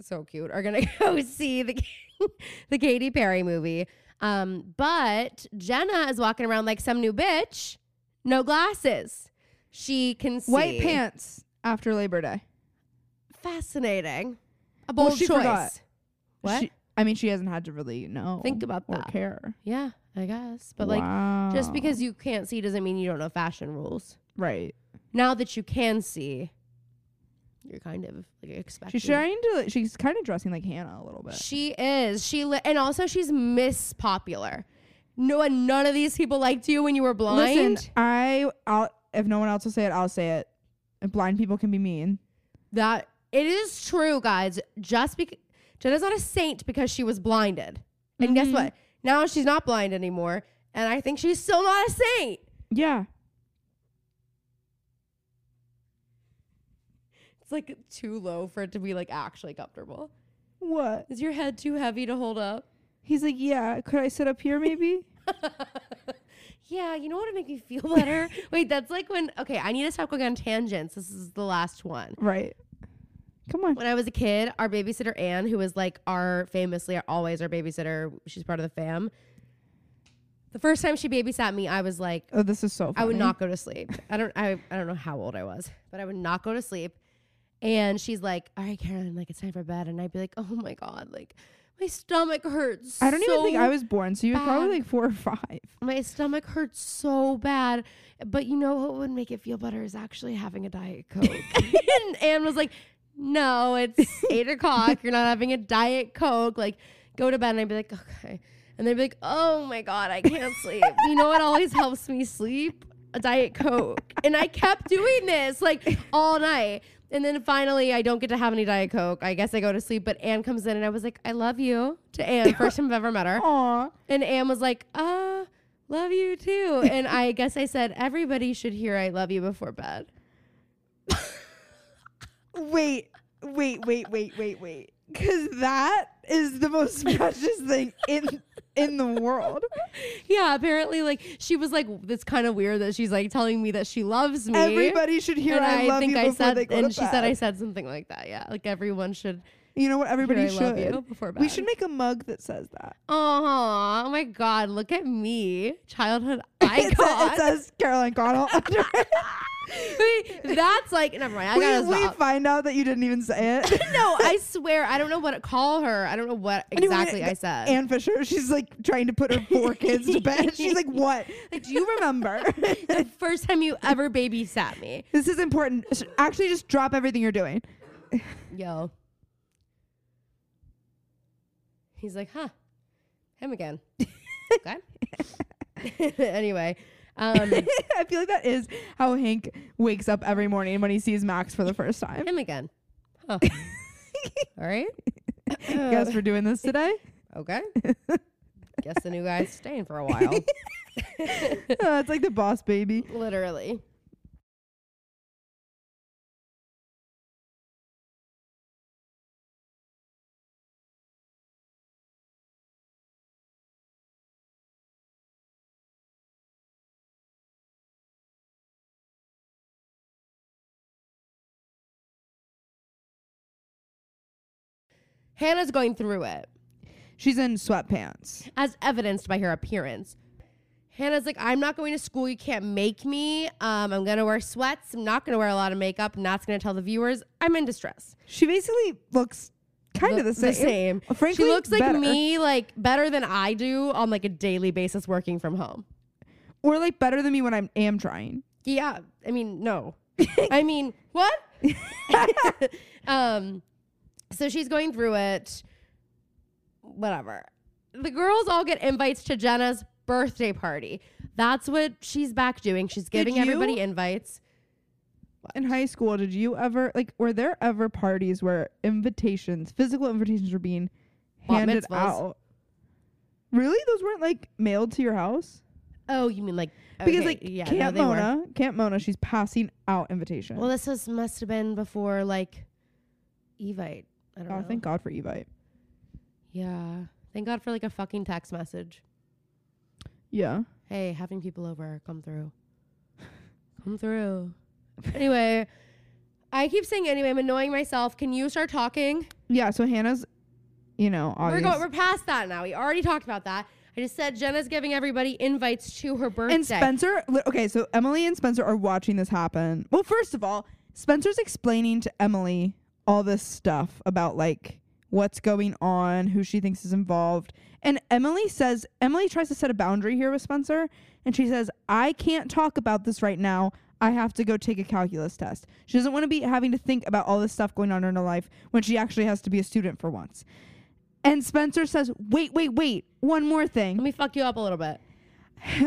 Speaker 1: so cute, are gonna go see the the Katy Perry movie. Um, but Jenna is walking around like some new bitch, no glasses. She can see
Speaker 2: White pants after Labor Day.
Speaker 1: Fascinating. A
Speaker 2: Well,
Speaker 1: bold
Speaker 2: she
Speaker 1: choice.
Speaker 2: forgot.
Speaker 1: What?
Speaker 2: She- I mean, she hasn't had to really know.
Speaker 1: Think about
Speaker 2: or
Speaker 1: that.
Speaker 2: care.
Speaker 1: yeah, I guess. But like, just because you can't see doesn't mean you don't know fashion rules.
Speaker 2: right,
Speaker 1: now that you can see, you're kind of like expecting.
Speaker 2: she's trying to. like, She's kind of dressing like Hannah a little bit.
Speaker 1: She is. She li- and also she's Miss Popular. No, and none of these people liked you when you were blind.
Speaker 2: Listen, I. I'll, if no one else will say it, I'll say it. And blind people can be mean.
Speaker 1: That it is true, guys. Just because Jenna's not a saint because she was blinded, and guess
Speaker 2: Mhm.
Speaker 1: what? Now she's not blind anymore, and I think she's still not a saint.
Speaker 2: Yeah.
Speaker 1: It's like too low for it to be like actually comfortable.
Speaker 2: What?
Speaker 1: Is your head too heavy to hold up?
Speaker 2: He's like, yeah. Could I sit up here, maybe?
Speaker 1: Yeah, you know what would make me feel better? Wait, that's like when, okay, I need to stop going on tangents. This is the last one.
Speaker 2: right. Come on.
Speaker 1: When I was a kid, our babysitter, Anne, who was like our famously always our babysitter, she's part of the fam. The first time she babysat me, I was like,
Speaker 2: Oh, this is so. Funny.
Speaker 1: I would not go to sleep. I don't I, I don't know how old I was, but I would not go to sleep. And she's like, All right, Karen, like it's time for bed. And I'd be like, Oh my God, like my stomach hurts.
Speaker 2: I don't even think
Speaker 1: so
Speaker 2: I was born, so you were probably
Speaker 1: bad.
Speaker 2: like four or five.
Speaker 1: my stomach hurts so bad. But you know what would make it feel better is actually having a Diet Coke. and Anne was like, No, it's eight o'clock. You're not having a Diet Coke. Like, go to bed. And I'd be like, Okay. And they'd be like, Oh my God, I can't sleep. You know what always helps me sleep? A Diet Coke. And I kept doing this like all night. And then finally, I don't get to have any Diet Coke. I guess I go to sleep. But Anne comes in and I was like, I love you to Anne. First time I've ever met her.
Speaker 2: Aw.
Speaker 1: And Anne was like, uh, love you too. And I guess I said, everybody should hear I love you before bed.
Speaker 2: Wait, wait, wait, wait, wait, wait. Because that is the most precious thing in in the world.
Speaker 1: Yeah, apparently, like, she was like, it's kind of weird that she's like telling me that she loves me.
Speaker 2: Everybody should hear
Speaker 1: and
Speaker 2: I, love
Speaker 1: think
Speaker 2: you
Speaker 1: I
Speaker 2: before
Speaker 1: said,
Speaker 2: they go
Speaker 1: and
Speaker 2: to
Speaker 1: she said, I
Speaker 2: bed."
Speaker 1: said something like that. Yeah, like everyone should
Speaker 2: You know what? Everybody
Speaker 1: hear I
Speaker 2: should.
Speaker 1: love you before bed.
Speaker 2: We should make a mug that says that.
Speaker 1: Aw, oh my God, look at me, childhood
Speaker 2: It, sa- it
Speaker 1: icon.
Speaker 2: says Caroline Connell. under it.
Speaker 1: Wait, That's like, never mind. I gotta
Speaker 2: we, we
Speaker 1: stop.
Speaker 2: find out that you didn't even say it.
Speaker 1: no, I swear, I don't know what to call her. I don't know what
Speaker 2: Anyway,
Speaker 1: exactly I
Speaker 2: th-
Speaker 1: said.
Speaker 2: Ann Fisher, she's like trying to put her four kids to bed. She's like, "What? Like, do you remember?
Speaker 1: the first time you ever babysat me.
Speaker 2: this is important. Sh- Actually, just drop everything you're doing."
Speaker 1: Yo. He's like, huh, him again. okay. anyway, um,
Speaker 2: I feel like that is how Hank wakes up every morning when he sees Max for the first time.
Speaker 1: him again. Huh. All right.
Speaker 2: Guess we're doing this today.
Speaker 1: okay. Guess the new guy's staying for a while.
Speaker 2: Oh, it's like the boss baby.
Speaker 1: Literally. Hannah's going through it,
Speaker 2: She's in sweatpants.
Speaker 1: as evidenced by her appearance. Hannah's like, I'm not going to school. You can't make me. Um, I'm going to wear sweats. I'm not going to wear a lot of makeup. And that's going to tell the viewers I'm in distress.
Speaker 2: She basically looks kind of the, same. Frankly,
Speaker 1: she looks like
Speaker 2: better.
Speaker 1: me, like better than I do on like a daily basis working from home.
Speaker 2: or like better than me when I am trying.
Speaker 1: Yeah, I mean, no. I mean, what? um, so she's going through it. Whatever. The girls all get invites to Jenna's birthday party. That's what she's back doing. She's giving
Speaker 2: you-
Speaker 1: everybody invites.
Speaker 2: In high school, did you ever like were there ever parties where invitations, physical invitations, were being
Speaker 1: Bat
Speaker 2: handed
Speaker 1: mitzvahs.
Speaker 2: out? Really, those weren't like mailed to your house
Speaker 1: Oh, you mean like
Speaker 2: because
Speaker 1: okay,
Speaker 2: like
Speaker 1: yeah, no,
Speaker 2: Camp
Speaker 1: they were.
Speaker 2: Mona, Camp Mona, she's passing out invitations.
Speaker 1: Well, this was must have been before like Evite. I don't
Speaker 2: oh,
Speaker 1: know.
Speaker 2: thank God for Evite.
Speaker 1: Yeah. Thank God for like a fucking text message.
Speaker 2: Yeah,
Speaker 1: Hey, having people over, come through. Come through. anyway, I keep saying anyway, I'm annoying myself. Can you start talking?
Speaker 2: yeah. So Hannah's, you know,
Speaker 1: We're
Speaker 2: obvious.
Speaker 1: going we're past that now. We already talked about that. I just said Jenna's giving everybody invites to her birthday.
Speaker 2: and Spencer. li- Okay, so Emily and Spencer are watching this happen. Well, first of all, Spencer's explaining to Emily all this stuff about like what's going on, who she thinks is involved. And Emily says Emily tries to set a boundary here with Spencer, and she says, "I can't talk about this right now. I have to go take a calculus test." She doesn't want to be having to think about all this stuff going on in her life when she actually has to be a student for once. And Spencer says, "Wait, wait, wait. One more thing."
Speaker 1: Let me fuck you up a little bit.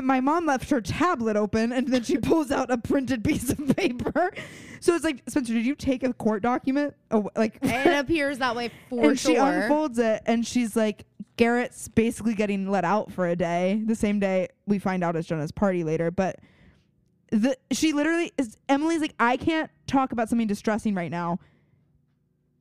Speaker 2: my mom left her tablet open and then she pulls out a printed piece of paper. So it's like, Spencer, did you take a court document? Oh, like,
Speaker 1: And it appears that way for
Speaker 2: and
Speaker 1: sure.
Speaker 2: she unfolds it and she's like, Garrett's basically getting let out for a day. The same day we find out it's Jonah's party later, but the she literally is Emily's like, I can't talk about something distressing right now.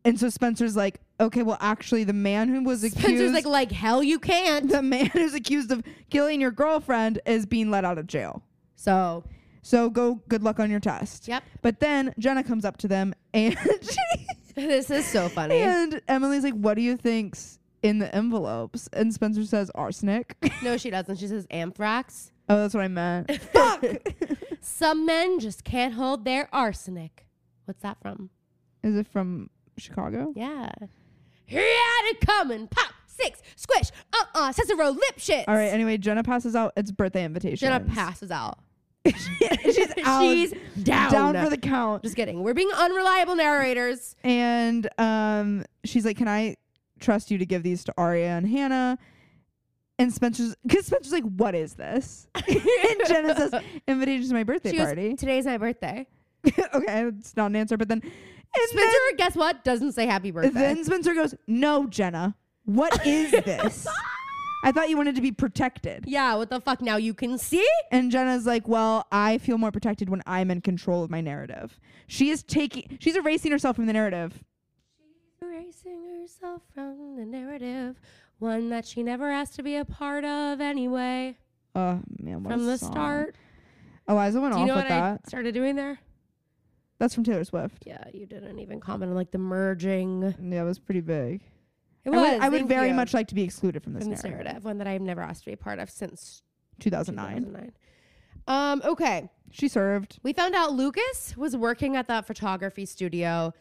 Speaker 2: And so Spencer's like, okay, well, actually, the man who was
Speaker 1: Spencer's
Speaker 2: accused
Speaker 1: like, like hell you can't.
Speaker 2: the man who's accused of killing your girlfriend is being let out of jail.
Speaker 1: So
Speaker 2: So go good luck on your test.
Speaker 1: Yep.
Speaker 2: But then Jenna comes up to them and she,
Speaker 1: this is so funny.
Speaker 2: and Emily's like, What do you think's in the envelopes? And Spencer says arsenic.
Speaker 1: No, she doesn't. She says anthrax.
Speaker 2: oh, that's what I meant. Fuck.
Speaker 1: Some men just can't hold their arsenic. What's that from?
Speaker 2: Is it from Chicago?
Speaker 1: Yeah. Here it coming. Pop, six, squish, uh-uh, Cicero, lip shits.
Speaker 2: All right. Anyway, Jenna passes out its birthday invitation.
Speaker 1: Jenna passes out.
Speaker 2: She's out.
Speaker 1: She's down.
Speaker 2: down for the count.
Speaker 1: Just kidding. We're being unreliable narrators.
Speaker 2: And um, she's like, "Can I trust you to give these to Arya and Hannah?" And Spencer's, because Spencer's like, "What is this?" and Jenna says, "Invitation to my birthday
Speaker 1: She goes,
Speaker 2: party."
Speaker 1: Today's my birthday.
Speaker 2: okay, it's not an answer. But then, and
Speaker 1: Spencer, guess what? Doesn't say happy birthday.
Speaker 2: then, then Spencer goes, "No, Jenna, what is this?" I thought you wanted to be protected.
Speaker 1: yeah, what the fuck? Now you can see?
Speaker 2: And Jenna's like, "Well, I feel more protected when I'm in control of my narrative." She is taking, she's erasing herself from the narrative.
Speaker 1: Erasing herself from the narrative. One that she never asked to be a part of anyway.
Speaker 2: Oh man, what a
Speaker 1: From the
Speaker 2: song.
Speaker 1: start.
Speaker 2: Eliza went
Speaker 1: Do you
Speaker 2: off
Speaker 1: know
Speaker 2: with
Speaker 1: what
Speaker 2: that.
Speaker 1: I started doing there?
Speaker 2: That's from Taylor Swift.
Speaker 1: Yeah, you didn't even comment on like the merging.
Speaker 2: Yeah, it was pretty big.
Speaker 1: It
Speaker 2: I would, I would
Speaker 1: thank
Speaker 2: very
Speaker 1: you.
Speaker 2: much like to be excluded from this
Speaker 1: from this
Speaker 2: narrative.
Speaker 1: narrative, one that I've never asked to be a part of since
Speaker 2: 2009.
Speaker 1: 2009. Um, okay,
Speaker 2: She served.
Speaker 1: we found out Lucas was working at that photography studio,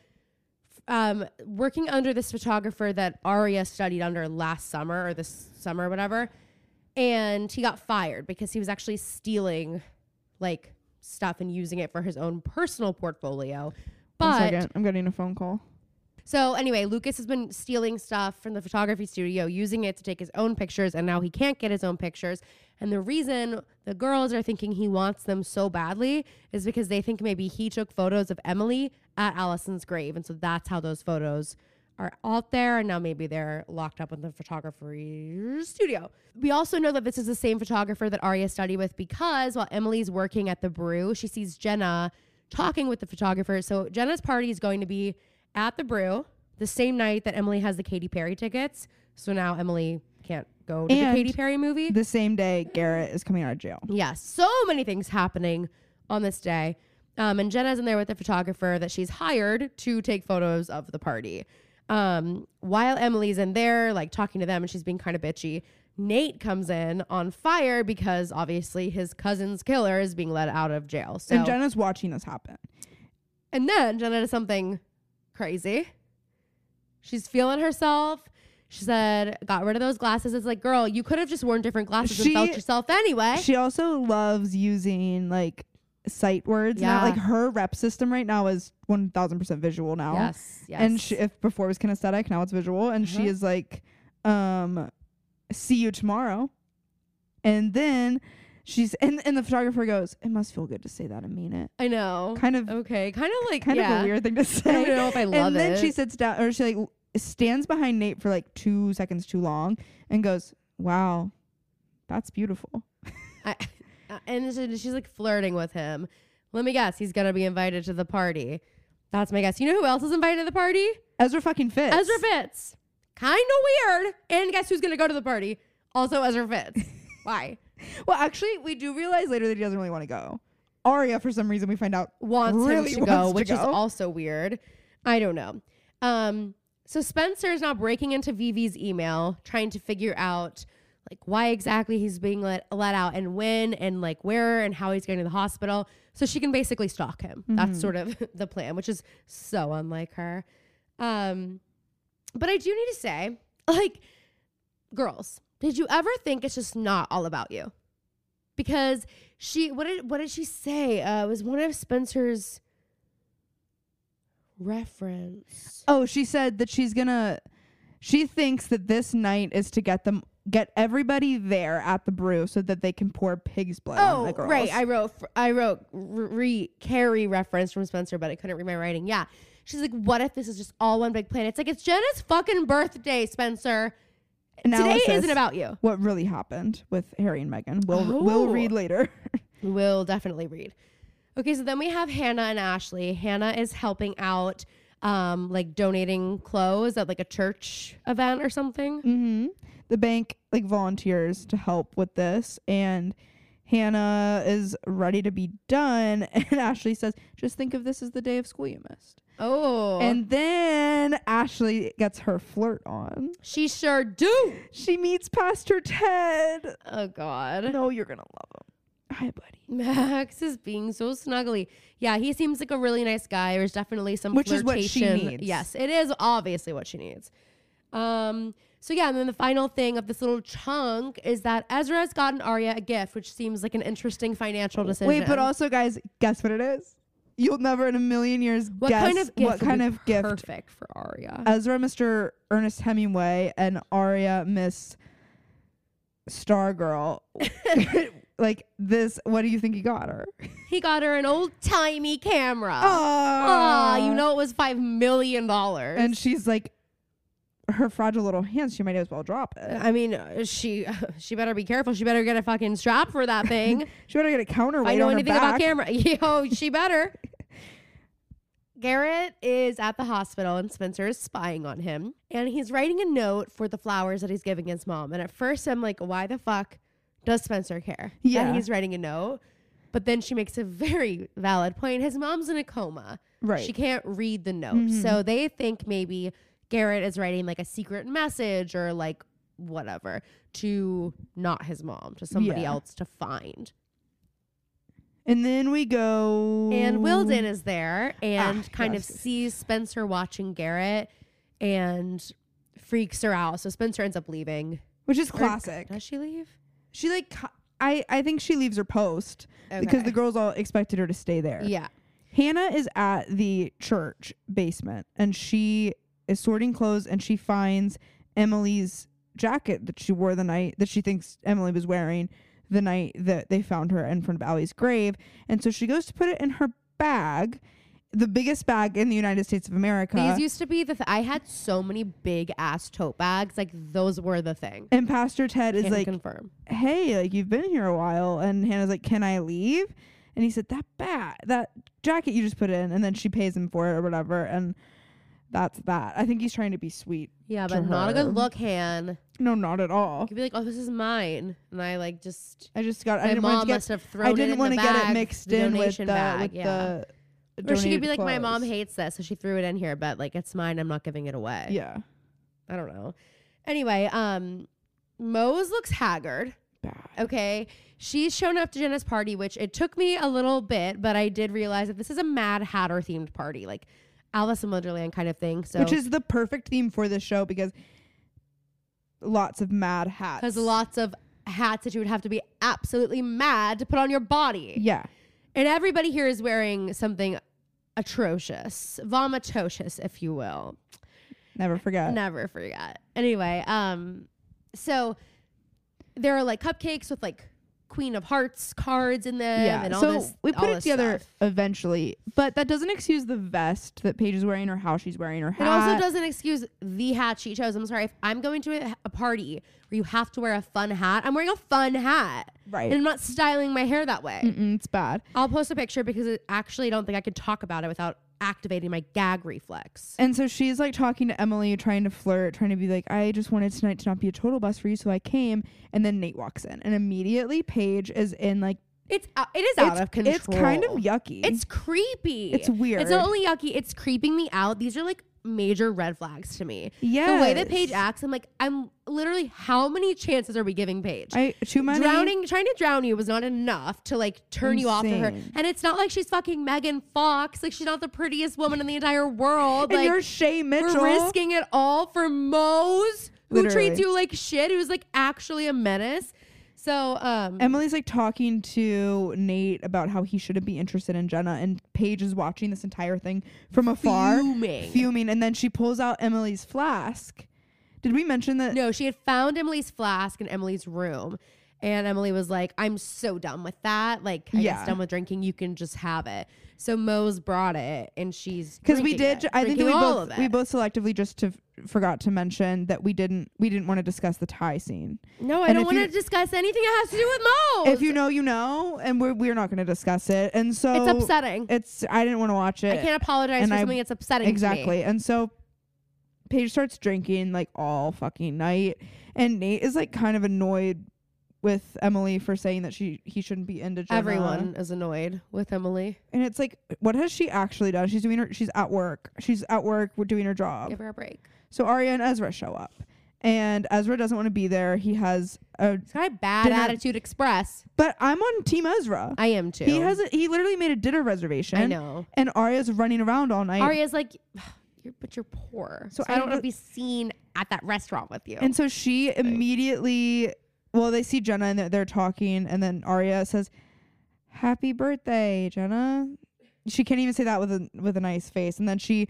Speaker 1: um, working under this photographer that Aria studied under last summer or this summer or whatever, and he got fired because he was actually stealing, like stuff and using it for his own personal portfolio.
Speaker 2: One
Speaker 1: But
Speaker 2: second, I'm getting a phone call.
Speaker 1: So anyway, Lucas has been stealing stuff from the photography studio, using it to take his own pictures, and now he can't get his own pictures. And the reason the girls are thinking he wants them so badly is because they think maybe he took photos of Emily at Allison's grave, and so that's how those photos are out there. And now maybe they're locked up in the photography studio. We also know that this is the same photographer that Arya studied with because while Emily's working at the brew, she sees Jenna talking with the photographer. So Jenna's party is going to be at the brew the same night that Emily has the Katy Perry tickets. So now Emily can't go to
Speaker 2: And-
Speaker 1: the Katy Perry movie.
Speaker 2: The same day, Garrett is coming out of jail.
Speaker 1: yeah, so many things happening on this day. Um, and Jenna's in there with the photographer that she's hired to take photos of the party. Um, while Emily's in there, like talking to them, and she's being kind of bitchy, Nate comes in on fire because obviously his cousin's killer is being let out of jail. So
Speaker 2: And Jenna's watching this happen.
Speaker 1: and then Jenna does something crazy. She's feeling herself. She said, got rid of those glasses. It's like, girl, you could have just worn different glasses
Speaker 2: She-
Speaker 1: and felt yourself anyway.
Speaker 2: She also loves using like sight words. Yeah.
Speaker 1: Yeah.
Speaker 2: Like her rep system right now is 1000% visual now.
Speaker 1: yes, yes.
Speaker 2: And she, if before it was kinesthetic, now it's visual. And she
Speaker 1: Uh-huh.
Speaker 2: is like, um, see you tomorrow. And then she's, and, and the photographer goes, it must feel good to say that and mean it.
Speaker 1: I know.
Speaker 2: Kind of,
Speaker 1: okay. Kind of like,
Speaker 2: kind
Speaker 1: Oh, yeah.
Speaker 2: of a weird thing to
Speaker 1: I
Speaker 2: say.
Speaker 1: don't know if I love
Speaker 2: and then
Speaker 1: it.
Speaker 2: she sits down or she like w- stands behind Nate for like two seconds too long and goes, Wow, that's beautiful.
Speaker 1: I, I- and she- she's like flirting with him. Let me guess, he's gonna be invited to the party. That's my guess. You know who else is invited to the party?
Speaker 2: Ezra fucking fits.
Speaker 1: Ezra Fitz. Kind of weird. And guess who's gonna go to the party? Also Ezra Fitz. Why?
Speaker 2: Well, actually, we do realize later that he doesn't really want to go. Aria, for some reason, we find out
Speaker 1: Wants
Speaker 2: Really
Speaker 1: him to go,
Speaker 2: wants to
Speaker 1: which is
Speaker 2: go.
Speaker 1: also weird. I don't know. Um, so Spencer is now breaking into Vivi's email, trying to figure out like why exactly he's being let let out and when and like where and how he's getting to the hospital. So she can basically stalk him.
Speaker 2: Mm-hmm.
Speaker 1: That's sort of the plan, which is so unlike her. Um, but I do need to say, like, girls, did you ever think it's just not all about you? Because she, what did what did she say? Uh, it was one of Spencer's reference.
Speaker 2: Oh, she said that she's gonna. She thinks that this night is to get them, get everybody there at the brew so that they can pour pig's blood. on the
Speaker 1: Oh,
Speaker 2: girls.
Speaker 1: right. I wrote fr- I wrote re Carrie reference from Spencer, but I couldn't read my writing. Yeah, she's like, what if this is just all one big plan? It's like it's Jenna's fucking birthday, Spencer.
Speaker 2: Analysis.
Speaker 1: Today isn't about you.
Speaker 2: what really happened with Harry and Meghan. We'll we'll
Speaker 1: Oh.
Speaker 2: read later.
Speaker 1: We'll definitely read. Okay, so then we have Hannah and Ashley. Hannah is helping out, um, like donating clothes at like a church event or something.
Speaker 2: hmm The bank like volunteers to help with this, and Hannah is ready to be done. And Ashley says, "Just think of this as the day of school you missed."
Speaker 1: Oh, and
Speaker 2: And then Ashley gets her flirt on.
Speaker 1: she sure do.
Speaker 2: She meets Pastor Ted.
Speaker 1: Oh God.
Speaker 2: No, you're gonna love him. Hi, buddy.
Speaker 1: Max is being so snuggly. Yeah, he seems like a really nice guy. There's definitely some
Speaker 2: Which is what she
Speaker 1: flirtation.
Speaker 2: needs.
Speaker 1: Yes, it is obviously what she needs. Um. So yeah, and then the final thing of this little chunk is that Ezra has gotten Arya a gift, which seems like an interesting financial decision.
Speaker 2: Wait, but also, guys, guess what it is? You'll never in a million years
Speaker 1: what
Speaker 2: guess
Speaker 1: kind of gift?
Speaker 2: what
Speaker 1: would
Speaker 2: kind
Speaker 1: be
Speaker 2: of gift
Speaker 1: Perfect for Arya.
Speaker 2: Ezra, Mr. Ernest Hemingway, and Aria, Miss Stargirl. like this, what do you think he got her?
Speaker 1: he got her an old timey camera.
Speaker 2: Oh,
Speaker 1: Ah, you know it was five million dollars.
Speaker 2: And she's like, her fragile little hands. She might as well drop it.
Speaker 1: I mean, uh, she she better be careful. She better get a fucking strap for that thing.
Speaker 2: She better get a counterweight
Speaker 1: I know
Speaker 2: on
Speaker 1: anything
Speaker 2: her back.
Speaker 1: about camera. Yo, she better. Garrett is at the hospital and Spencer is spying on him. And he's writing a note for the flowers that he's giving his mom. And at first, I'm like, why the fuck does Spencer care?
Speaker 2: Yeah.
Speaker 1: That he's writing a note. But then she makes a very valid point. His mom's in a coma.
Speaker 2: Right.
Speaker 1: She can't read the note. So they think maybe Garrett is writing like a secret message or like whatever to not his mom, to somebody
Speaker 2: Yeah.
Speaker 1: else to find.
Speaker 2: and then we go.
Speaker 1: And Wilden is there and
Speaker 2: Mm. Ah,
Speaker 1: kind of
Speaker 2: yes, yes,
Speaker 1: sees Spencer watching Garrett and freaks her out. So Spencer ends up leaving.
Speaker 2: Which is
Speaker 1: Or-
Speaker 2: classic.
Speaker 1: Does she leave?
Speaker 2: She like, co- I, I think she leaves her post because
Speaker 1: Okay.
Speaker 2: the girls all expected her to stay there.
Speaker 1: Yeah.
Speaker 2: Hannah is at the church basement and she is sorting clothes and she finds Emily's jacket that she wore the night that she thinks Emily was wearing the night that they found her in front of Allie's grave. And so she goes to put it in her bag, the biggest bag in the United States of America.
Speaker 1: These used to be the. Th- I had so many big ass tote bags. Like those were the thing.
Speaker 2: and Pastor Ted is
Speaker 1: Can
Speaker 2: like,
Speaker 1: confirm.
Speaker 2: hey, like you've been here a while. And Hannah's like, can I leave? And he said, that bat, that jacket you just put in. And then she pays him for it or whatever. And that's that. I think he's trying to be sweet.
Speaker 1: Yeah,
Speaker 2: to
Speaker 1: but not a
Speaker 2: her.
Speaker 1: good look, Han. You
Speaker 2: No, not at all.
Speaker 1: could be like, oh, this is mine, and I like just.
Speaker 2: I just got, I
Speaker 1: My
Speaker 2: didn't want
Speaker 1: mom
Speaker 2: to get,
Speaker 1: must have thrown
Speaker 2: I
Speaker 1: it
Speaker 2: didn't
Speaker 1: in the
Speaker 2: want to get it
Speaker 1: bag,
Speaker 2: mixed
Speaker 1: the
Speaker 2: in with the,
Speaker 1: donation bag,
Speaker 2: with
Speaker 1: yeah.
Speaker 2: the
Speaker 1: Or she could
Speaker 2: donated
Speaker 1: be like, my mom
Speaker 2: clothes."
Speaker 1: hates this, so she threw it in here, but like it's mine. I'm not giving it away.
Speaker 2: Yeah.
Speaker 1: I don't know. Anyway, um, Mose looks haggard.
Speaker 2: Bad.
Speaker 1: Okay. She's shown up to Jenna's party, which it took me a little bit, but I did realize that this is a Mad Hatter themed party, like Alice in Wonderland kind of thing. So,
Speaker 2: Which is the perfect theme for this show because lots of mad hats.
Speaker 1: because lots of hats that you would have to be absolutely mad to put on your body.
Speaker 2: Yeah.
Speaker 1: And everybody here is wearing something atrocious, vomitocious, if you will.
Speaker 2: Never forget.
Speaker 1: Never forget. Anyway, um, so there are like cupcakes with like Queen of Hearts cards in them,
Speaker 2: Yeah.
Speaker 1: and all
Speaker 2: so
Speaker 1: this.
Speaker 2: we put
Speaker 1: all
Speaker 2: it
Speaker 1: this
Speaker 2: together
Speaker 1: stuff.
Speaker 2: eventually, but that doesn't excuse the vest that Paige is wearing or how she's wearing her
Speaker 1: It
Speaker 2: hat.
Speaker 1: also doesn't excuse the hat she chose. I'm sorry. If I'm going to a, a party where you have to wear a fun hat, I'm wearing a fun hat.
Speaker 2: Right. Mm.
Speaker 1: And I'm not styling my hair that way.
Speaker 2: Mm-mm, it's bad.
Speaker 1: I'll post a picture because I actually don't think I could talk about it without activating my gag reflex.
Speaker 2: And so she's like talking to Emily, trying to flirt, trying to be like, I just wanted tonight to not be a total bust for you, so I came. And then Nate walks in, and immediately Paige is in like,
Speaker 1: It's out, it is out
Speaker 2: it's, uh,
Speaker 1: of control.
Speaker 2: It's kind of yucky.
Speaker 1: It's creepy.
Speaker 2: It's weird.
Speaker 1: It's not only yucky, it's creeping me out. These are like major red flags to me.
Speaker 2: yeah.
Speaker 1: The way that Paige acts, I'm like, I'm literally, how many chances are we giving Paige?
Speaker 2: I too many
Speaker 1: Drowning, trying to drown you was not enough to like turn you off to her.
Speaker 2: Insane.
Speaker 1: And it's not like she's fucking Megan Fox. Like she's not the prettiest woman in the entire world.
Speaker 2: And
Speaker 1: like
Speaker 2: you're Shay Mitchell.
Speaker 1: we're risking it all for Mose, who treats
Speaker 2: Literally.
Speaker 1: you like shit, who's like actually a menace. So, um,
Speaker 2: Emily's like talking to Nate about how he shouldn't be interested in Jenna, and Paige is watching this entire thing from afar,
Speaker 1: Fuming.
Speaker 2: fuming, and then she pulls out Emily's flask. Did we mention that?
Speaker 1: No, she had found Emily's flask in Emily's room. And Emily was like, I'm so done with that. Like, I'm
Speaker 2: Yeah.
Speaker 1: done with drinking. You can just have it. So Mose brought it and she's.
Speaker 2: Because we
Speaker 1: drinking
Speaker 2: did.
Speaker 1: it,
Speaker 2: I think that we
Speaker 1: drinking all
Speaker 2: both
Speaker 1: of
Speaker 2: we
Speaker 1: it.
Speaker 2: both selectively just to forgot to mention that we didn't we didn't want to discuss the tie scene.
Speaker 1: No, I
Speaker 2: and
Speaker 1: don't
Speaker 2: if
Speaker 1: want to
Speaker 2: you-
Speaker 1: discuss anything that has to do with Mose.
Speaker 2: If you know, you know, and we're we're not going to discuss it. And so
Speaker 1: it's upsetting.
Speaker 2: It's I didn't want to watch it.
Speaker 1: I can't apologize
Speaker 2: and
Speaker 1: for
Speaker 2: I-
Speaker 1: something that's upsetting. to me.
Speaker 2: Exactly. And so Paige starts drinking like all fucking night. And Nate is like kind of annoyed with Emily for saying that she he shouldn't be into Jenna.
Speaker 1: Everyone is annoyed with Emily.
Speaker 2: And it's like, what has she actually done? She's doing her she's at work. She's at work, we're doing her job.
Speaker 1: Give her a break.
Speaker 2: So Arya and Ezra show up. And Ezra doesn't want to be there. He has a
Speaker 1: It's kind of bad
Speaker 2: Dinner-
Speaker 1: attitude express.
Speaker 2: but I'm on Team Ezra.
Speaker 1: I am too.
Speaker 2: He has a, he literally made a dinner reservation.
Speaker 1: I know.
Speaker 2: And Arya's running around all night.
Speaker 1: Aria's like, you're, but you're poor. So,
Speaker 2: So
Speaker 1: I,
Speaker 2: I
Speaker 1: don't want to
Speaker 2: don't-
Speaker 1: be seen at that restaurant with you.
Speaker 2: And so she immediately, well, they see Jenna and they're, they're talking, and then Arya says, "Happy birthday, Jenna." She can't even say that with a with a nice face, and then she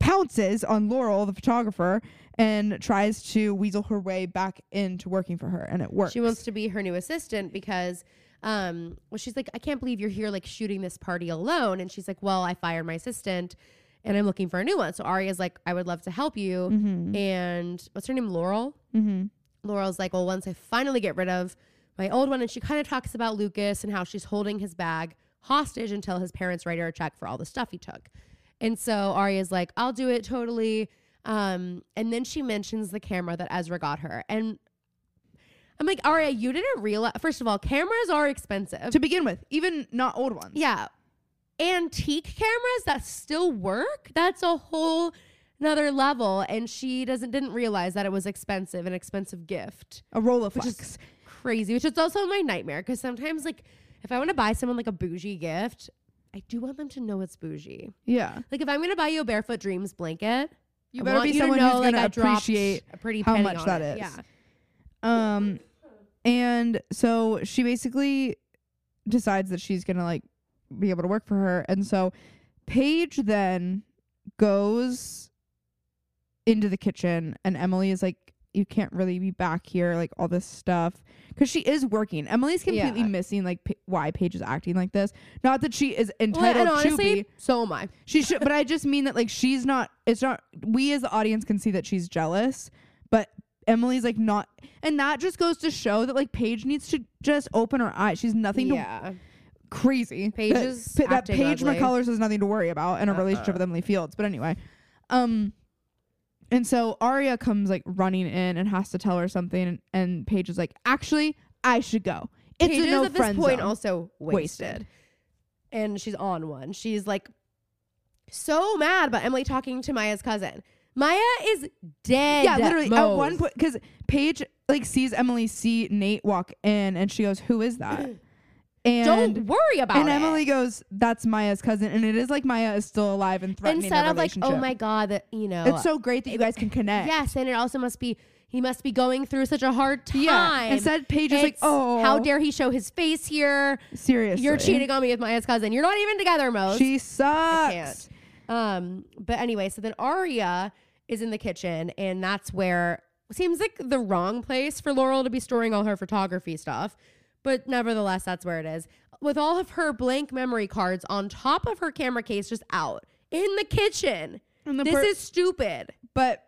Speaker 2: pounces on Laurel, the photographer, and tries to weasel her way back into working for her, and it works.
Speaker 1: She wants to be her new assistant because um well she's like, I can't believe you're here like shooting this party alone. And she's like, Well, I fired my assistant and I'm looking for a new one. So Aria's like, I would love to help you. And what's her name? Laurel?
Speaker 2: Mm-hmm.
Speaker 1: Laurel's like, Well, once I finally get rid of my old one, and she kind of talks about Lucas and how she's holding his bag hostage until his parents write her a check for all the stuff he took. And so Arya's like, I'll do it totally. Um, and then she mentions the camera that Ezra got her. And I'm like, Arya, you didn't realize. First of all, cameras are expensive.
Speaker 2: To begin with, even not old ones.
Speaker 1: Yeah. Antique cameras that still work? That's a whole another level. And she doesn't didn't realize that it was expensive, an expensive gift
Speaker 2: A roll of
Speaker 1: which
Speaker 2: flex.
Speaker 1: is crazy. Which is also my nightmare because sometimes, like, if I want to buy someone like a bougie gift, I do want them to know it's bougie.
Speaker 2: Yeah.
Speaker 1: Like, if I'm gonna buy you a Barefoot Dreams blanket,
Speaker 2: You
Speaker 1: I
Speaker 2: better
Speaker 1: want
Speaker 2: be
Speaker 1: you to
Speaker 2: someone
Speaker 1: know,
Speaker 2: who's
Speaker 1: like,
Speaker 2: gonna
Speaker 1: I dropped
Speaker 2: appreciate
Speaker 1: a pretty
Speaker 2: how
Speaker 1: penny
Speaker 2: much
Speaker 1: on
Speaker 2: that
Speaker 1: it.
Speaker 2: is.
Speaker 1: Yeah,
Speaker 2: Um, and so she basically decides that she's gonna like be able to work for her, and so Paige then goes into the kitchen, and Emily is like, "You can't really be back here, like all this stuff," because she is working. Emily's completely
Speaker 1: Yeah.
Speaker 2: missing like pa- why Paige is acting like this. Not that she is
Speaker 1: well, and
Speaker 2: entitled to
Speaker 1: honestly,
Speaker 2: be.
Speaker 1: so am I.
Speaker 2: She should, but I just mean that like she's not. It's not. We as the audience can see that she's jealous, but Emily's like not, and that just goes to show that like Paige needs to just open her eyes. She's nothing to
Speaker 1: Yeah,
Speaker 2: crazy.
Speaker 1: Paige
Speaker 2: that,
Speaker 1: is
Speaker 2: pa- that
Speaker 1: acting
Speaker 2: Paige
Speaker 1: ugly. Uh-uh.
Speaker 2: McCullers has nothing to worry about in a relationship with Emily Fields. But anyway, um, and so Aria comes like running in and has to tell her something, and, and Paige is like, actually, I should go. It's
Speaker 1: Paige
Speaker 2: a
Speaker 1: is
Speaker 2: no
Speaker 1: at this
Speaker 2: friend
Speaker 1: point
Speaker 2: zone.
Speaker 1: also
Speaker 2: Wasted.
Speaker 1: wasted, and she's on one. She's like so mad about Emily talking to Maya's cousin. Maya is dead.
Speaker 2: Yeah, literally at
Speaker 1: Mose.
Speaker 2: one point because Paige like sees Emily see Nate walk in and she goes, Who is that? And
Speaker 1: Don't worry about
Speaker 2: and
Speaker 1: it.
Speaker 2: Emily goes, That's Maya's cousin. And it is like Maya is still alive and threatening.
Speaker 1: Instead
Speaker 2: their
Speaker 1: of like, oh
Speaker 2: relationship.
Speaker 1: my god, that you know,
Speaker 2: It's so great that you guys can connect.
Speaker 1: yes, and it also must be he must be going through such a hard time.
Speaker 2: Yeah. Instead, Paige is like,
Speaker 1: It's,
Speaker 2: Oh
Speaker 1: how dare he show his face here?
Speaker 2: seriously.
Speaker 1: You're cheating on me with Maya's cousin. You're not even together, Mo.
Speaker 2: She sucks.
Speaker 1: can't. Um, but anyway, so then Aria is in the kitchen, and that's where seems like the wrong place for Laurel to be storing all her photography stuff. But nevertheless, that's where it is. With all of her blank memory cards on top of her camera case, just out in the kitchen.
Speaker 2: And the
Speaker 1: this
Speaker 2: per-
Speaker 1: is stupid.
Speaker 2: but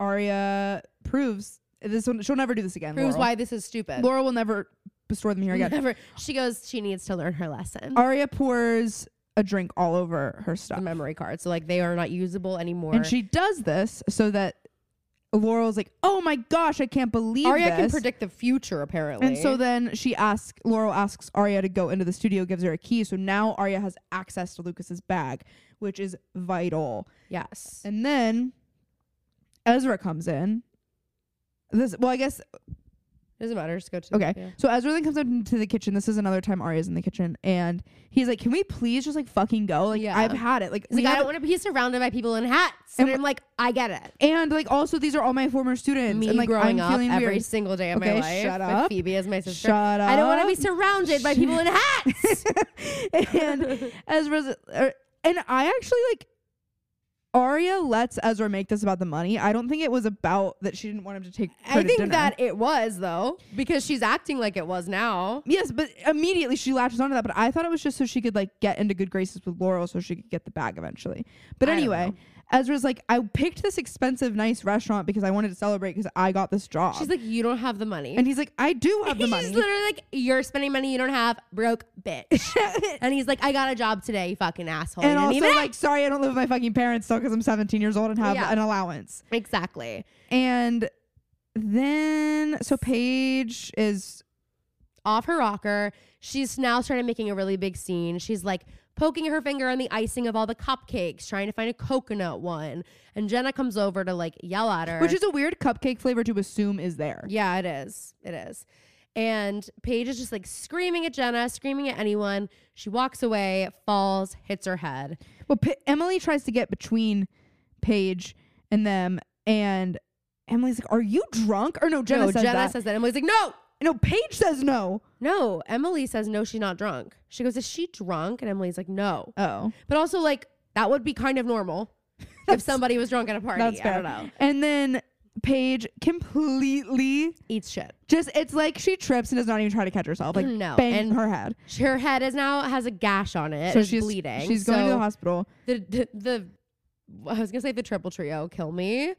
Speaker 2: Arya proves this one she'll never do this again.
Speaker 1: Proves
Speaker 2: Laurel.
Speaker 1: why this is stupid.
Speaker 2: Laurel will never store them here again.
Speaker 1: Never- She goes, she needs to learn her lesson.
Speaker 2: Arya pours a drink all over her
Speaker 1: the
Speaker 2: stuff.
Speaker 1: memory cards. So like they are not usable anymore.
Speaker 2: And she does this so that Laurel's like, oh my gosh, I can't believe
Speaker 1: Aria can
Speaker 2: this."
Speaker 1: predict the future apparently.
Speaker 2: And so then she asks, Laurel asks Arya to go into the studio, gives her a key. So now Arya has access to Lucas's bag, which is vital.
Speaker 1: yes.
Speaker 2: And then Ezra comes in. This, well, I guess
Speaker 1: Doesn't matter. Just go to
Speaker 2: Okay.
Speaker 1: yeah.
Speaker 2: So Ezra then comes up into the kitchen. This is another time Arya's in the kitchen, and he's like, "Can we please just like fucking go? Like
Speaker 1: Yeah.
Speaker 2: I've had it. Like,
Speaker 1: He's
Speaker 2: we
Speaker 1: like, I
Speaker 2: have-
Speaker 1: don't want to be surrounded by people in hats. And,
Speaker 2: And
Speaker 1: I'm like, I get it.
Speaker 2: and like also these are all my former students.
Speaker 1: Me
Speaker 2: and, like,
Speaker 1: growing
Speaker 2: I'm
Speaker 1: up
Speaker 2: feeling
Speaker 1: every
Speaker 2: weird.
Speaker 1: single day of my
Speaker 2: Okay,
Speaker 1: life.
Speaker 2: shut
Speaker 1: with
Speaker 2: up.
Speaker 1: Phoebe as my sister.
Speaker 2: Shut up.
Speaker 1: I don't want to be surrounded by people in hats.
Speaker 2: be. and Ezra's er, and I actually like. Arya lets Ezra make this about the money. I don't think it was about that she didn't want him to take. her
Speaker 1: I
Speaker 2: to
Speaker 1: think
Speaker 2: dinner.
Speaker 1: that it was though, because she's acting like it was now.
Speaker 2: Yes, but immediately she latches onto that. But I thought it was just so she could like get into good graces with Laurel, so she could get the bag eventually. But
Speaker 1: I don't
Speaker 2: anyway, Ezra's like, I picked this expensive, nice restaurant because I wanted to celebrate because I got this job.
Speaker 1: She's like, you don't have the money.
Speaker 2: and he's like, I do have the
Speaker 1: he's
Speaker 2: money.
Speaker 1: literally like, you're spending money you don't have, broke bitch. and he's like, I got a job today, you fucking asshole.
Speaker 2: and
Speaker 1: you didn't
Speaker 2: also
Speaker 1: even
Speaker 2: like, sorry, I don't live with my fucking parents still because I'm 17 years old and have
Speaker 1: Oh, Yeah.
Speaker 2: an allowance.
Speaker 1: exactly.
Speaker 2: And then so Paige is
Speaker 1: off her rocker. She's now started making a really big scene. She's like poking her finger on the icing of all the cupcakes, trying to find a coconut one. And Jenna comes over to like yell at her.
Speaker 2: which is a weird cupcake flavor to assume is there.
Speaker 1: yeah, it is. It is. And Paige is just like screaming at Jenna, screaming at anyone. She walks away, falls, hits her head.
Speaker 2: Well, P- Emily tries to get between Paige and them, and Emily's like, "Are you drunk?" Or no, Jenna
Speaker 1: no,
Speaker 2: says
Speaker 1: Jenna
Speaker 2: that.
Speaker 1: says that. Emily's like, no,
Speaker 2: no, Paige says no.
Speaker 1: no. Emily says, no, she's not drunk. She goes, is she drunk? And Emily's like, no.
Speaker 2: Oh,
Speaker 1: But also, like, that would be kind of normal if somebody was drunk at a party.
Speaker 2: that's
Speaker 1: I
Speaker 2: fair.
Speaker 1: don't know.
Speaker 2: And then Paige completely
Speaker 1: Eats shit.
Speaker 2: just—it's like she trips and does not even try to catch herself. Like
Speaker 1: No,
Speaker 2: bang
Speaker 1: and-
Speaker 2: her head.
Speaker 1: Her head is now has a gash on it.
Speaker 2: So
Speaker 1: it's
Speaker 2: she's
Speaker 1: bleeding.
Speaker 2: She's going to the
Speaker 1: So
Speaker 2: hospital.
Speaker 1: the, the the I was gonna say the triple trio kill me.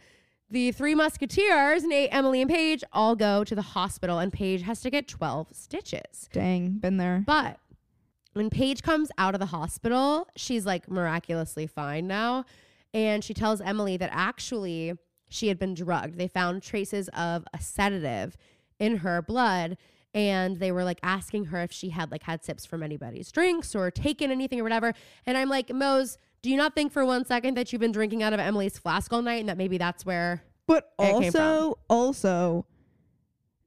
Speaker 1: The three musketeers, Nate, Emily, and Paige, all go to the hospital, and Paige has to get twelve stitches.
Speaker 2: Dang, been there.
Speaker 1: But when Paige comes out of the hospital, she's like miraculously fine now, and she tells Emily that actually she had been drugged. They found traces of a sedative in her blood and they were like asking her if she had like had sips from anybody's drinks or taken anything or whatever. And I'm like, Mose, do you not think for one second that you've been drinking out of Emily's flask all night and that maybe that's where
Speaker 2: But
Speaker 1: It came
Speaker 2: also, also,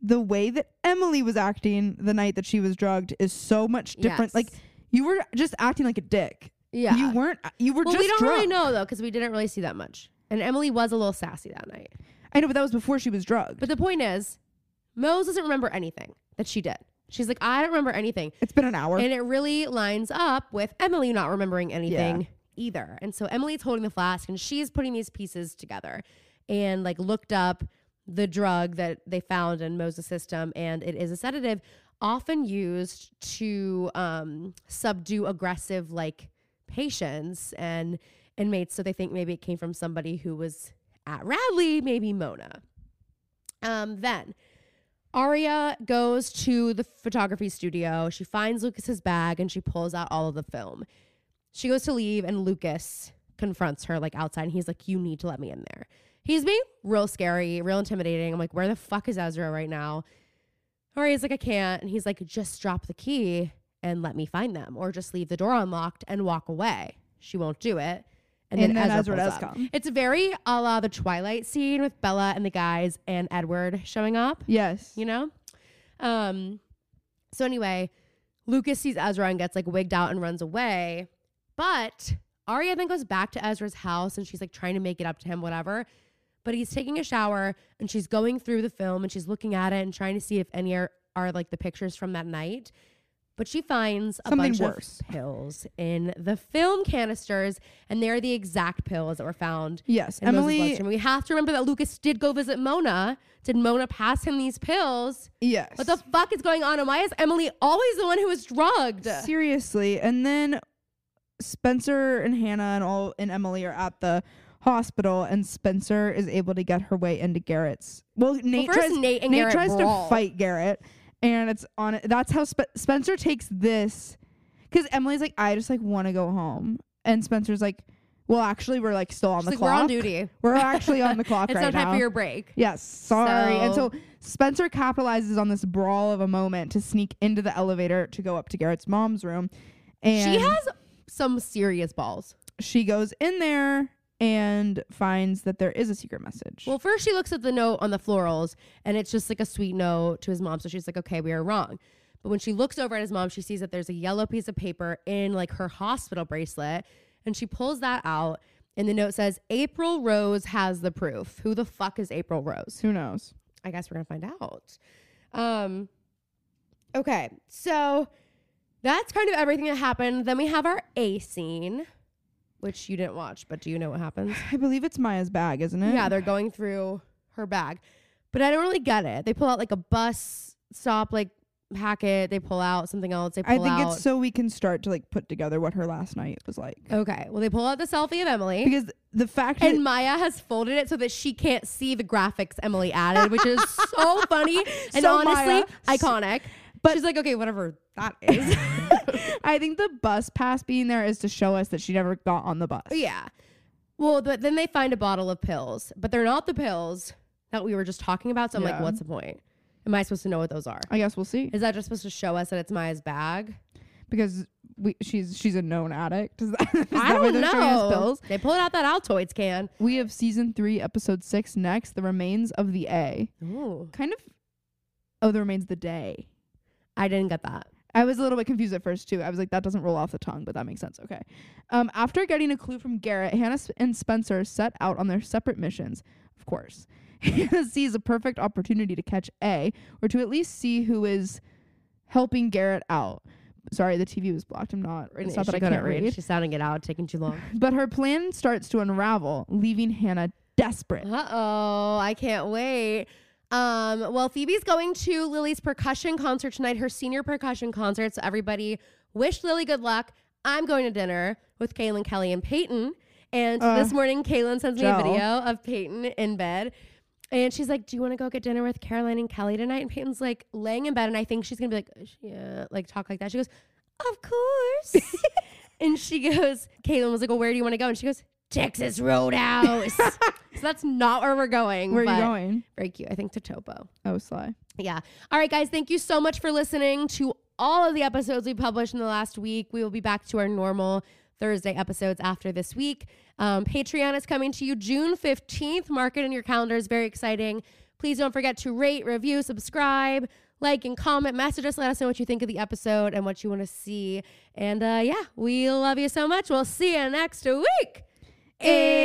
Speaker 2: the way that Emily was acting the night that she was drugged is so much different.
Speaker 1: Yes.
Speaker 2: Like you were just acting like a dick.
Speaker 1: yeah.
Speaker 2: You weren't. uh, You were
Speaker 1: well,
Speaker 2: just
Speaker 1: we don't
Speaker 2: drunk.
Speaker 1: really know though because we didn't really see that much. And Emily was a little sassy that night.
Speaker 2: I know, but that was before she was drugged.
Speaker 1: But the point is, Mose doesn't remember anything that she did. She's like, I don't remember anything.
Speaker 2: it's been an hour.
Speaker 1: And it really lines up with Emily not remembering anything either. And so Emily's holding the flask and she's putting these pieces together and like looked up the drug that they found in Moses' system. And it is a sedative often used to um, subdue aggressive like patients and inmates. So they think maybe it came from somebody who was at Radley, maybe Mona. Um, then Aria goes to the photography studio. She finds Lucas's bag and she pulls out all of the film. She goes to leave and Lucas confronts her like outside and he's like, You need to let me in there. He's being real scary, real intimidating. I'm like, Where the fuck is Ezra right now? Aria's like, I can't. And he's like, Just drop the key and let me find them or just leave the door unlocked and walk away. She won't do it. and, then, Ezra, pulls up. It's very a la the Twilight scene with Bella and the guys and Edward showing up,
Speaker 2: Yes.
Speaker 1: you know? Um, so anyway, Lucas sees Ezra and gets like wigged out and runs away. But Arya then goes back to Ezra's house and she's like trying to make it up to him, whatever. But he's taking a shower and she's going through the film and she's looking at it and trying to see if any are, are like the pictures from that night. But she finds a
Speaker 2: Something
Speaker 1: bunch
Speaker 2: worse.
Speaker 1: of pills in the film canisters, and they're the exact pills that were found
Speaker 2: yes.
Speaker 1: in Moses'
Speaker 2: Emily.
Speaker 1: lunchroom. We have to remember that Lucas did go visit Mona. Did Mona pass him these pills?
Speaker 2: Yes.
Speaker 1: What the fuck is going on? And why is Emily always the one who is drugged?
Speaker 2: Seriously. And then Spencer and Hannah and all and Emily are at the hospital and Spencer is able to get her way into Garrett's. Well, Nate
Speaker 1: first
Speaker 2: tries,
Speaker 1: Nate and Garrett
Speaker 2: tries
Speaker 1: brawl.
Speaker 2: to fight Garrett and it's on it. That's how Spe- Spencer takes this cuz Emily's like I just like want to go home and Spencer's like well actually we're like still on
Speaker 1: She's
Speaker 2: the
Speaker 1: like,
Speaker 2: clock.
Speaker 1: we're on duty.
Speaker 2: We're actually on the clock
Speaker 1: It's
Speaker 2: right
Speaker 1: not time
Speaker 2: now.
Speaker 1: for your break.
Speaker 2: Yes, sorry. and
Speaker 1: So-
Speaker 2: so Spencer capitalizes on this brawl of a moment to sneak into the elevator to go up to Garrett's mom's room. And
Speaker 1: She has some serious balls.
Speaker 2: she goes in there and finds that there is a secret message.
Speaker 1: Well, first she looks at the note on the florals, and it's just like a sweet note to his mom. So she's like, okay, we are wrong. But when she looks over at his mom, she sees that there's a yellow piece of paper in like her hospital bracelet, and she pulls that out. And the note says, April Rose has the proof. Who the fuck is April Rose?
Speaker 2: who knows?
Speaker 1: I guess we're gonna find out. Um, okay, so that's kind of everything that happened. Then we have our A scene, which you didn't watch, but do you know what happens?
Speaker 2: I believe it's Maya's bag, isn't it?
Speaker 1: Yeah, they're going through her bag. But I don't really get it. They pull out like a bus stop, like packet. They pull out something else. They pull
Speaker 2: I think
Speaker 1: out.
Speaker 2: it's so we can start to like put together what her last night was like.
Speaker 1: okay. Well, they pull out the selfie of Emily.
Speaker 2: Because the fact
Speaker 1: And
Speaker 2: that
Speaker 1: Maya has folded it so that she can't see the graphics Emily added, which is so funny and
Speaker 2: So,
Speaker 1: honestly
Speaker 2: Maya, s-
Speaker 1: iconic. But
Speaker 2: but-
Speaker 1: she's like, okay, whatever that is.
Speaker 2: I think the bus pass being there is to show us that she never got on the bus.
Speaker 1: Oh, yeah. Well, but then they find a bottle of pills, but they're not the pills that we were just talking about. So I'm like,
Speaker 2: Yeah.
Speaker 1: what's the point? Am I supposed to know what those are?
Speaker 2: I guess we'll see.
Speaker 1: Is that just supposed to show us that it's Maya's bag?
Speaker 2: Because we, she's she's a known addict. Is that, is
Speaker 1: I
Speaker 2: that why
Speaker 1: don't
Speaker 2: they're showing us
Speaker 1: know.
Speaker 2: pills?
Speaker 1: They pulled out that Altoids can.
Speaker 2: We have season three, episode six next. The remains of the A.
Speaker 1: Ooh.
Speaker 2: Kind of. Oh, the remains of the day.
Speaker 1: I didn't get that.
Speaker 2: I was a little bit confused at first too. I was like, that doesn't roll off the tongue, but that makes sense. Okay. Um, after getting a clue from Garrett, Hannah S- and Spencer set out on their separate missions. Of course, Hannah sees a perfect opportunity to catch A, or to at least see who is helping Garrett out. Sorry, the TV was blocked. I'm not. It's not that I
Speaker 1: couldn't
Speaker 2: can't read.
Speaker 1: She's sounding it out, taking too long.
Speaker 2: But her plan starts to unravel, leaving Hannah desperate.
Speaker 1: Uh oh, I can't wait. Um, well, Phoebe's going to Lily's percussion concert tonight, her senior percussion concert. So everybody wish Lily good luck. I'm going to dinner with Kaylin, Kelly, and Peyton. And
Speaker 2: Uh,
Speaker 1: this morning, Kaylin sends me a
Speaker 2: Joe.
Speaker 1: video of Peyton in bed. And she's like, Do you want to go get dinner with Caroline and Kelly tonight? And Peyton's like laying in bed. And I think she's going to be like, Yeah, like talk like that. She goes, Of course. and she goes, Kaylin was like, Well, where do you want to go? And she goes, Texas Roadhouse. so that's not where we're going.
Speaker 2: Where are
Speaker 1: but
Speaker 2: you going?
Speaker 1: Very cute. I think to Topo.
Speaker 2: Oh, sly.
Speaker 1: Yeah. All right, guys. Thank you so much for listening to all of the episodes we published in the last week. We will be back to our normal Thursday episodes after this week. Um, Patreon is coming to you June 15th. Mark it in your calendars. Very exciting. Please don't forget to rate, review, subscribe, like, and comment. Message us. Let us know what you think of the episode and what you want to see. And uh, yeah, we love you so much. We'll see you next week.
Speaker 2: Eh.